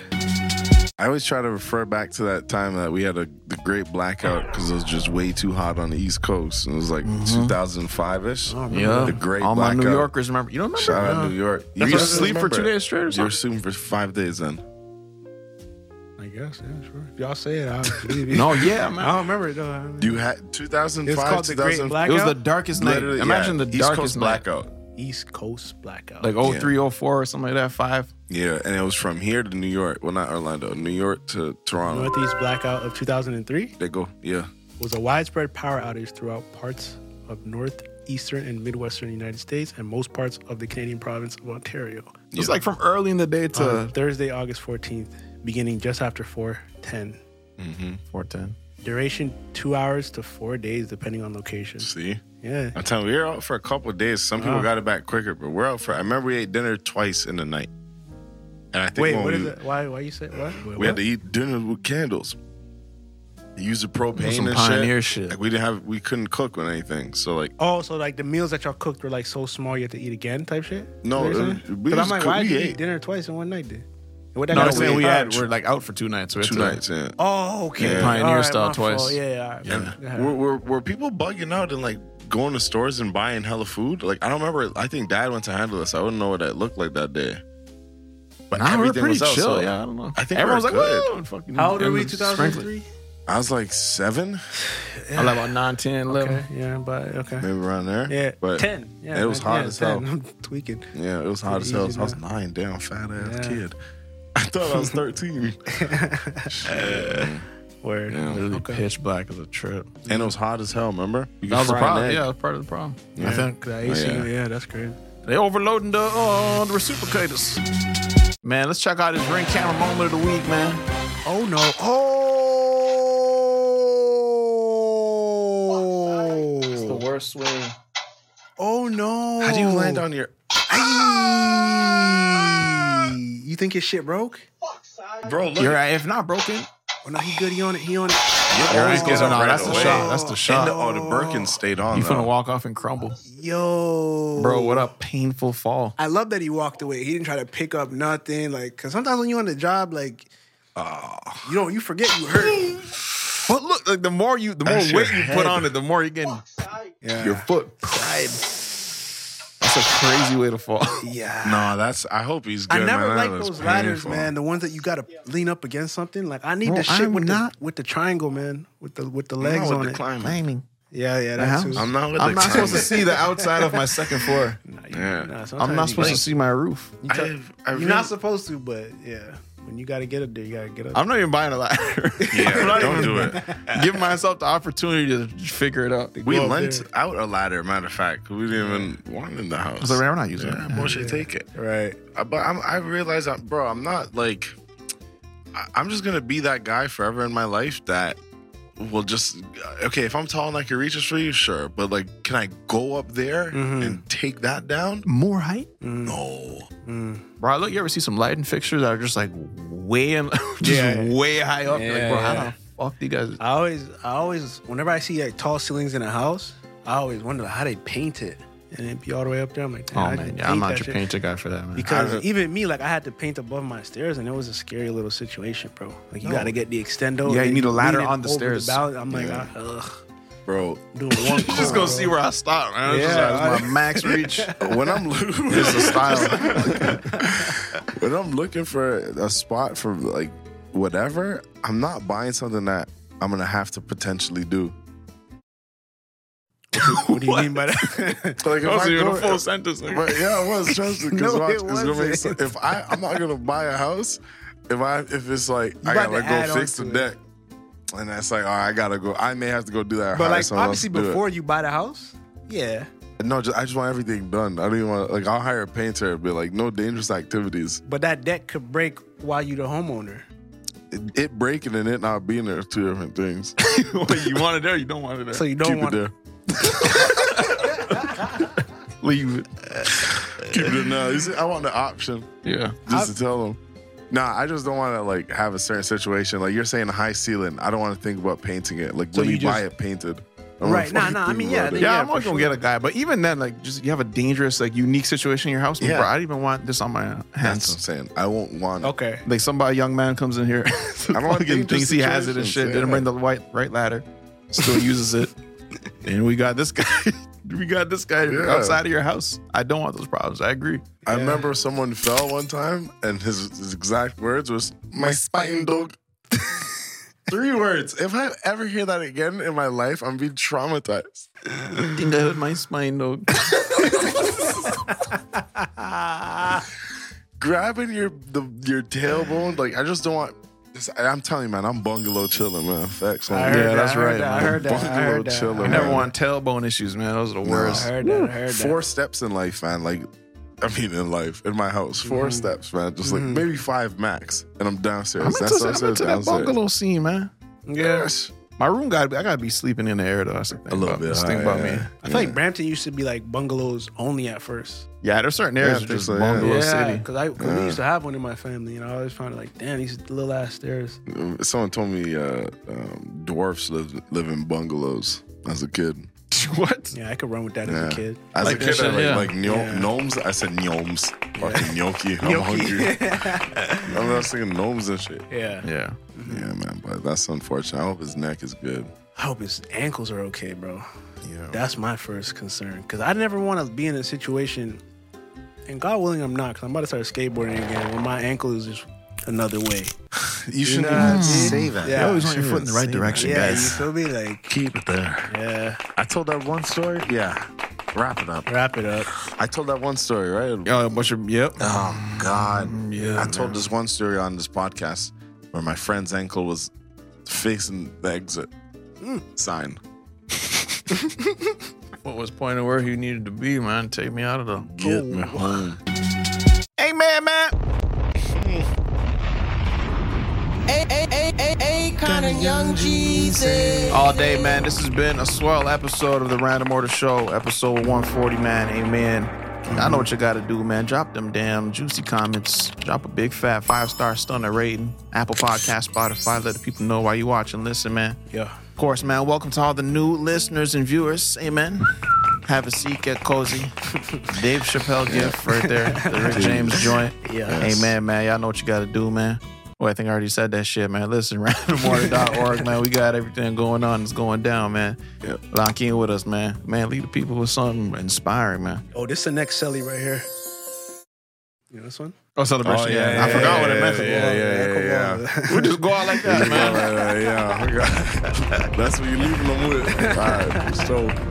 Speaker 3: I always try to refer back to that time that we had a the great blackout because it was just way too hot on the East Coast. It was like
Speaker 2: Mm-hmm.
Speaker 3: 2005 ish.
Speaker 2: Yeah,
Speaker 3: The great
Speaker 2: Oh, All my
Speaker 3: blackout.
Speaker 2: New Yorkers remember. You don't remember?
Speaker 3: Shout out
Speaker 2: No.
Speaker 3: New York.
Speaker 2: That's
Speaker 3: You
Speaker 2: why I sleep for
Speaker 3: remember
Speaker 2: two
Speaker 3: it.
Speaker 2: days straight or
Speaker 3: You're
Speaker 2: something.
Speaker 3: sleeping for five days then.
Speaker 6: I guess, yeah, sure. If y'all say
Speaker 2: *laughs*
Speaker 6: it, I believe you.
Speaker 2: No, yeah,
Speaker 6: I
Speaker 2: man.
Speaker 6: don't remember it though. I mean,
Speaker 3: You had 2005,
Speaker 6: it's called the Great
Speaker 2: It was
Speaker 3: 2000
Speaker 2: the
Speaker 6: Oh, Blackout.
Speaker 2: darkest night.
Speaker 3: Literally,
Speaker 2: Imagine
Speaker 3: yeah,
Speaker 2: the
Speaker 3: East
Speaker 2: darkest
Speaker 3: Coast
Speaker 2: night.
Speaker 3: blackout.
Speaker 6: East Coast blackout.
Speaker 2: like 03, 04 or something like that. Five.
Speaker 3: Yeah, and it was from here to New York. Well, not Orlando, New York to Toronto.
Speaker 6: Northeast blackout of 2003
Speaker 3: They go, yeah.
Speaker 6: was a widespread power outage throughout parts of northeastern and midwestern United States and most parts of the Canadian province of Ontario.
Speaker 2: It was like from early in the day
Speaker 6: on
Speaker 2: to
Speaker 6: Thursday, August 14th, beginning just after 4:10.
Speaker 2: four ten.
Speaker 6: Duration two hours to four days, depending on location.
Speaker 3: See?
Speaker 6: Yeah.
Speaker 3: I'm telling you, we were out for a couple of days. Some
Speaker 6: Uh-huh.
Speaker 3: people got it back quicker, but we're out for. I remember we ate dinner twice in the night, and I think
Speaker 6: Wait,
Speaker 3: when
Speaker 6: what
Speaker 3: we,
Speaker 6: is it? Why? Why you say what?
Speaker 3: we had to eat dinner with candles. You use the
Speaker 2: Some
Speaker 3: propane and
Speaker 2: pioneer
Speaker 3: shit.
Speaker 2: shit.
Speaker 3: Like we didn't have, we couldn't cook with anything. So like,
Speaker 6: Oh, so like the meals that y'all cooked were like so small you had to eat again type shit?
Speaker 3: No,
Speaker 6: Is that what you're
Speaker 3: it-
Speaker 6: saying?
Speaker 3: we
Speaker 6: 'Cause I'm
Speaker 3: just
Speaker 6: like,
Speaker 3: cook-
Speaker 6: why
Speaker 3: we
Speaker 6: did you
Speaker 3: ate.
Speaker 6: eat dinner twice in one night then? What that
Speaker 2: No,
Speaker 6: got
Speaker 2: I'm
Speaker 6: to do
Speaker 2: saying we
Speaker 6: with that?
Speaker 2: had we're like out for two nights. So we had
Speaker 3: two
Speaker 2: to, like,
Speaker 3: nights in.
Speaker 6: Oh, okay.
Speaker 3: Yeah.
Speaker 2: Pioneer
Speaker 6: All
Speaker 2: style
Speaker 6: my
Speaker 2: twice.
Speaker 6: fault. Yeah, yeah. all right. Yeah.
Speaker 3: Were, were, were people bugging out and like going to stores and buying hella food? Like I don't remember. I think Dad went to handle us. I wouldn't know what that looked like that day. But
Speaker 2: Nah, we were
Speaker 3: everything
Speaker 2: pretty
Speaker 3: was out,
Speaker 2: chill.
Speaker 3: so
Speaker 2: yeah, I don't know.
Speaker 3: I think
Speaker 2: everyone was
Speaker 3: we're
Speaker 2: like,
Speaker 3: good.
Speaker 2: "Woo!" and fucking-
Speaker 6: How old were
Speaker 2: and
Speaker 6: we?
Speaker 2: the
Speaker 6: 2003.
Speaker 3: I was like seven,
Speaker 2: sprinkler. I was like about 9, 10, 11.
Speaker 6: Okay. Yeah, but okay.
Speaker 3: maybe around there.
Speaker 6: Yeah,
Speaker 3: but
Speaker 6: ten. Yeah,
Speaker 3: it was
Speaker 6: man,
Speaker 3: hot
Speaker 6: yeah,
Speaker 3: as
Speaker 6: 10.
Speaker 3: hell.
Speaker 6: *laughs* I'm tweaking.
Speaker 3: Yeah, it was hot as
Speaker 6: Pretty
Speaker 3: hell.
Speaker 6: easy
Speaker 3: I was
Speaker 6: now.
Speaker 3: nine, damn fat ass
Speaker 6: Yeah.
Speaker 3: kid. *laughs* I thought I
Speaker 6: *laughs*
Speaker 3: was thirteen,
Speaker 6: Word.
Speaker 2: Literally
Speaker 6: Okay.
Speaker 2: pitch black as a trip.
Speaker 3: and it was hot as hell. Remember? You
Speaker 2: That was the
Speaker 3: fried an
Speaker 2: problem.
Speaker 3: egg.
Speaker 2: Yeah, that was part of the problem.
Speaker 6: Yeah.
Speaker 2: I think
Speaker 6: The AC,
Speaker 3: Oh, yeah.
Speaker 6: yeah. that's great.
Speaker 2: they overloading the uh, the reciprocators. Man, let's check out this ring camera moment of the week, man.
Speaker 6: Oh no. Oh.
Speaker 2: worst swing.
Speaker 6: Oh no.
Speaker 3: How do you land on your? Ah!
Speaker 6: You think his shit broke?
Speaker 3: Bro, look.
Speaker 2: You're right. If not broken,
Speaker 6: Oh no, he good. He on it. He on it.
Speaker 3: Your
Speaker 2: always
Speaker 3: eyes
Speaker 2: goes
Speaker 3: up
Speaker 2: on.
Speaker 3: right
Speaker 2: That's the
Speaker 3: away.
Speaker 2: shot. That's the
Speaker 3: And
Speaker 2: shot.
Speaker 3: oh, the Birkin stayed on.
Speaker 2: you
Speaker 3: though.
Speaker 2: finna walk off and crumble,
Speaker 6: Yo.
Speaker 2: bro. What a painful fall.
Speaker 6: I love that he walked away. He didn't try to pick up nothing. Like, cause sometimes when you on the job, like, you don't, you forget you hurt.
Speaker 2: But look, like the more you, the more
Speaker 3: That's your
Speaker 2: weight you put
Speaker 3: head.
Speaker 2: on it, the more you're getting
Speaker 6: Yeah.
Speaker 2: your foot pried. That's a crazy way to *laughs* fall.
Speaker 6: yeah.
Speaker 3: No, that's. I hope he's good.
Speaker 6: I never
Speaker 3: man. That
Speaker 6: like
Speaker 3: was
Speaker 6: those ladders,
Speaker 3: painful.
Speaker 6: man. The ones that you gotta lean up against something. Like I need
Speaker 2: Bro,
Speaker 6: the shit
Speaker 2: I'm
Speaker 6: with
Speaker 2: not-
Speaker 6: the with the triangle, man. With the with the
Speaker 3: I'm
Speaker 6: legs
Speaker 3: not
Speaker 6: on
Speaker 3: with
Speaker 6: it.
Speaker 3: the climbing.
Speaker 6: Yeah, yeah,
Speaker 2: Uh-huh.
Speaker 6: that too.
Speaker 3: I'm not with
Speaker 2: I'm
Speaker 3: the
Speaker 2: not supposed to
Speaker 3: climbing.
Speaker 2: see the outside of my second floor.
Speaker 3: Yeah.
Speaker 2: I'm not supposed to see my roof.
Speaker 3: I have, I
Speaker 6: You're
Speaker 3: really,
Speaker 6: not supposed to, but yeah, when you gotta get up there, you gotta get up.
Speaker 2: I'm not even buying a *laughs* ladder.
Speaker 6: *laughs*
Speaker 2: I'm
Speaker 3: yeah,
Speaker 2: not
Speaker 3: don't
Speaker 2: even
Speaker 3: do it.
Speaker 2: giving myself the opportunity to figure it out.
Speaker 3: We
Speaker 6: Go up
Speaker 3: lent out a ladder, matter of fact. 'cause We didn't even want it in the house.
Speaker 2: I was like, man, we're not using
Speaker 3: yeah,
Speaker 2: it.
Speaker 3: bullshit, take it.
Speaker 6: right.
Speaker 3: Uh, But I'm, I realize, I'm, bro, I'm not like, I- I'm just gonna be that guy forever in my life that will just, uh, okay, if I'm tall and I can reach this for you, sure. But like, can I go up there and take that down?
Speaker 2: More height?
Speaker 3: Mm. No.
Speaker 2: Bro, look, you ever see some lighting fixtures that are just like way, in, *laughs* just
Speaker 6: Yeah.
Speaker 2: way high up? You're like,
Speaker 6: Yeah,
Speaker 2: bro,
Speaker 6: yeah.
Speaker 2: how the fuck do you guys?
Speaker 6: I always, I always, whenever I see like tall ceilings in a house, I always wonder how they paint it, and it be all the way up there. I'm like,
Speaker 2: Oh
Speaker 6: "Damn, I
Speaker 2: man,
Speaker 6: just
Speaker 2: yeah, I'm
Speaker 6: hate
Speaker 2: not
Speaker 6: that
Speaker 2: your
Speaker 6: shit."
Speaker 2: painter guy for that, man.
Speaker 6: Because even me, like I had to paint above my stairs, and it was a scary little situation, bro. Like you got to get the extendo.
Speaker 2: Yeah,
Speaker 6: and
Speaker 2: you need a ladder
Speaker 6: leaning
Speaker 2: on the
Speaker 6: over
Speaker 2: stairs.
Speaker 6: balance. I'm like, ah, ugh.
Speaker 3: bro.
Speaker 6: Doing
Speaker 2: *laughs*
Speaker 6: one
Speaker 2: *laughs* Just gonna see where I stop, man. It's just
Speaker 6: Yeah,
Speaker 2: like, it's my max *laughs* reach.
Speaker 3: When I'm *laughs* looking,
Speaker 2: It's a style.
Speaker 3: when I'm looking for a spot for like whatever, I'm not buying something that I'm gonna have to potentially do.
Speaker 2: *laughs*
Speaker 6: What do you mean by that?
Speaker 3: Like if
Speaker 2: I was
Speaker 3: I
Speaker 2: even
Speaker 3: go-
Speaker 2: a full sentence. Like,
Speaker 3: But yeah, it was trust me. Because
Speaker 6: *laughs* No,
Speaker 3: watch,
Speaker 6: it
Speaker 3: it's gonna make
Speaker 6: wasn't.
Speaker 3: sense. If I, I'm not gonna buy a house. If I, if it's like I
Speaker 6: about
Speaker 3: gotta
Speaker 6: to add
Speaker 3: go fix the
Speaker 6: on to it.
Speaker 3: deck, and that's like, all right, I gotta go. I may have to go do that.
Speaker 6: but
Speaker 3: hire
Speaker 6: like
Speaker 3: someone else
Speaker 6: obviously
Speaker 3: to do it.
Speaker 6: before you buy the house, yeah.
Speaker 3: no, just, I just want everything done. I don't even want like I'll hire a painter, but like no dangerous activities.
Speaker 6: But that deck could break while you the homeowner.
Speaker 3: It, it breaking and it not being there are two different things.
Speaker 2: *laughs* what, you want it there, you don't want it there.
Speaker 6: So you
Speaker 3: Keep
Speaker 6: don't
Speaker 3: it
Speaker 6: want
Speaker 3: there.
Speaker 2: leave it.
Speaker 3: Keep it in now. You see, I want the option
Speaker 2: Yeah.
Speaker 3: just to tell them. Nah, I just don't want to like have a certain situation. Like you're saying, a high ceiling. I don't want to think about painting it. Like
Speaker 6: So
Speaker 3: let me
Speaker 6: you just-
Speaker 3: buy it painted. I
Speaker 6: Right,
Speaker 3: wanna
Speaker 6: nah, nah, I
Speaker 3: fucking
Speaker 6: mean,
Speaker 3: think
Speaker 6: yeah,
Speaker 3: about
Speaker 6: I
Speaker 3: it.
Speaker 6: think-
Speaker 2: Yeah,
Speaker 6: Yeah,
Speaker 2: I'm always
Speaker 6: for
Speaker 2: gonna get a guy, but even then, like, just you have a dangerous, like, unique situation in your house,
Speaker 3: Yeah.
Speaker 2: bro. I don't even want this on my
Speaker 3: That's what I'm
Speaker 2: hands.
Speaker 3: saying. I won't want. it.
Speaker 6: Okay.
Speaker 2: Like, somebody, young man comes in here, *laughs*
Speaker 3: don't
Speaker 2: fucking
Speaker 3: want dangerous
Speaker 2: thinks he has it and
Speaker 3: situations,
Speaker 2: shit.
Speaker 3: yeah.
Speaker 2: Didn't bring the white right ladder, still uses
Speaker 3: *laughs*
Speaker 2: it, and we got this guy. *laughs* we got this guy
Speaker 3: Yeah.
Speaker 2: outside of your house. I don't want those problems. I agree.
Speaker 3: I remember someone fell one time, and his, his exact words was "my spine dog."
Speaker 6: *laughs*
Speaker 3: Three words. If I ever hear that again in my life, I'm being traumatized.
Speaker 2: I think I hurt my spine, though.
Speaker 3: Grabbing your the your tailbone, like I just don't want. This, I- I'm telling you, man, I'm bungalow chilling, man. Facts.
Speaker 6: I
Speaker 3: man.
Speaker 6: heard
Speaker 2: Yeah,
Speaker 6: that,
Speaker 2: that's
Speaker 6: I heard
Speaker 2: right,
Speaker 6: That, I
Speaker 2: man.
Speaker 6: heard that. I
Speaker 3: Bungalow
Speaker 6: heard that.
Speaker 3: chiller,
Speaker 6: I
Speaker 2: *laughs* I
Speaker 6: heard
Speaker 2: never
Speaker 6: that.
Speaker 2: want tailbone issues, man. Those are the
Speaker 6: I
Speaker 2: worst.
Speaker 6: heard that. I heard that.
Speaker 3: four steps in life, man. Like, I mean, in life, in my house, 4
Speaker 6: Mm-hmm.
Speaker 3: steps, man. Just like maybe five max, and I'm downstairs.
Speaker 2: I'm into,
Speaker 3: That's
Speaker 2: I'm
Speaker 3: upstairs,
Speaker 2: into that
Speaker 3: downstairs.
Speaker 2: bungalow scene, man.
Speaker 6: Yeah.
Speaker 3: Yes.
Speaker 2: My room got I gotta be sleeping in the air though. That's the thing.
Speaker 3: A little
Speaker 2: about,
Speaker 3: bit
Speaker 2: That's the
Speaker 3: high,
Speaker 2: thing about
Speaker 3: yeah.
Speaker 2: me.
Speaker 6: I feel like Brampton used to be like bungalows only at first.
Speaker 2: Yeah, there's certain areas that are
Speaker 3: think
Speaker 2: just
Speaker 3: so, yeah.
Speaker 2: bungalow
Speaker 6: Yeah,
Speaker 2: city.
Speaker 6: because I 'cause we used to have one in my family, and I always found it like, damn, these little ass stairs.
Speaker 3: Someone told me uh, um, dwarfs live live in bungalows as a kid.
Speaker 2: *laughs* what?
Speaker 6: Yeah, I could run with that as a kid.
Speaker 3: As
Speaker 2: Like
Speaker 3: a kid,
Speaker 2: that
Speaker 3: I
Speaker 2: shit, yeah.
Speaker 3: like, like gno- gnomes. I said gnomes. Fucking gnocchi. I'm hungry. *laughs* I mean, I was thinking gnomes and shit.
Speaker 6: Yeah.
Speaker 2: Yeah.
Speaker 3: Yeah, man, but that's unfortunate. I hope his neck is good.
Speaker 6: I hope his ankles are okay, bro.
Speaker 3: Yeah.
Speaker 6: That's my first concern because I never want to be in a situation, and God willing, I'm not. Because I'm about to start skateboarding again, where my ankle is just another way.
Speaker 3: You should not say that.
Speaker 6: Yeah. You always
Speaker 2: want your foot in the right direction,
Speaker 6: Yeah, you feel me? Like,
Speaker 3: Keep it there.
Speaker 6: yeah,
Speaker 3: I told that one story. Yeah. Wrap it up.
Speaker 6: wrap it up.
Speaker 3: I told that one story, right?
Speaker 2: Yeah, a bunch of yep.
Speaker 3: Oh God!
Speaker 2: yeah,
Speaker 3: I told this one story on this podcast where my friend's ankle was facing the exit Mm. sign.
Speaker 2: What was point of where he needed to be, man? Take me out of the
Speaker 3: Get me home.
Speaker 2: Hey man, man. All day, man. This has been a swell episode of the Random Order Show, episode 140, man. Amen. I know what you gotta do, man. Drop them damn juicy comments. Drop a big fat five star stunner rating. Apple Podcast, Spotify. Let the people know why you watching. Listen, man.
Speaker 6: Yeah.
Speaker 2: Of course, man. Welcome to all the new listeners and viewers. Amen. Have a seat, get
Speaker 3: *laughs*
Speaker 2: cozy. Dave Chappelle gift right there. The Rick James joint.
Speaker 6: Yes.
Speaker 2: Amen, man. Y'all know what you got to do, man. Well, I think I already said that shit, man. Listen, *laughs* randomorder.org, man. We got everything going on. It's going down, man. Lock in with us, man. Man, leave the people with something inspiring, man.
Speaker 6: Oh, this is the next celly right here. You know this one?
Speaker 2: Oh, celebration.
Speaker 3: yeah,
Speaker 2: I
Speaker 3: yeah,
Speaker 2: forgot
Speaker 3: yeah,
Speaker 2: what it meant.
Speaker 3: yeah, yeah, yeah,
Speaker 6: come
Speaker 3: yeah.
Speaker 2: *laughs*
Speaker 6: on.
Speaker 2: We just go out like that, man.
Speaker 3: Yeah, yeah, yeah. *laughs* That's what you're leaving them with. All right, so.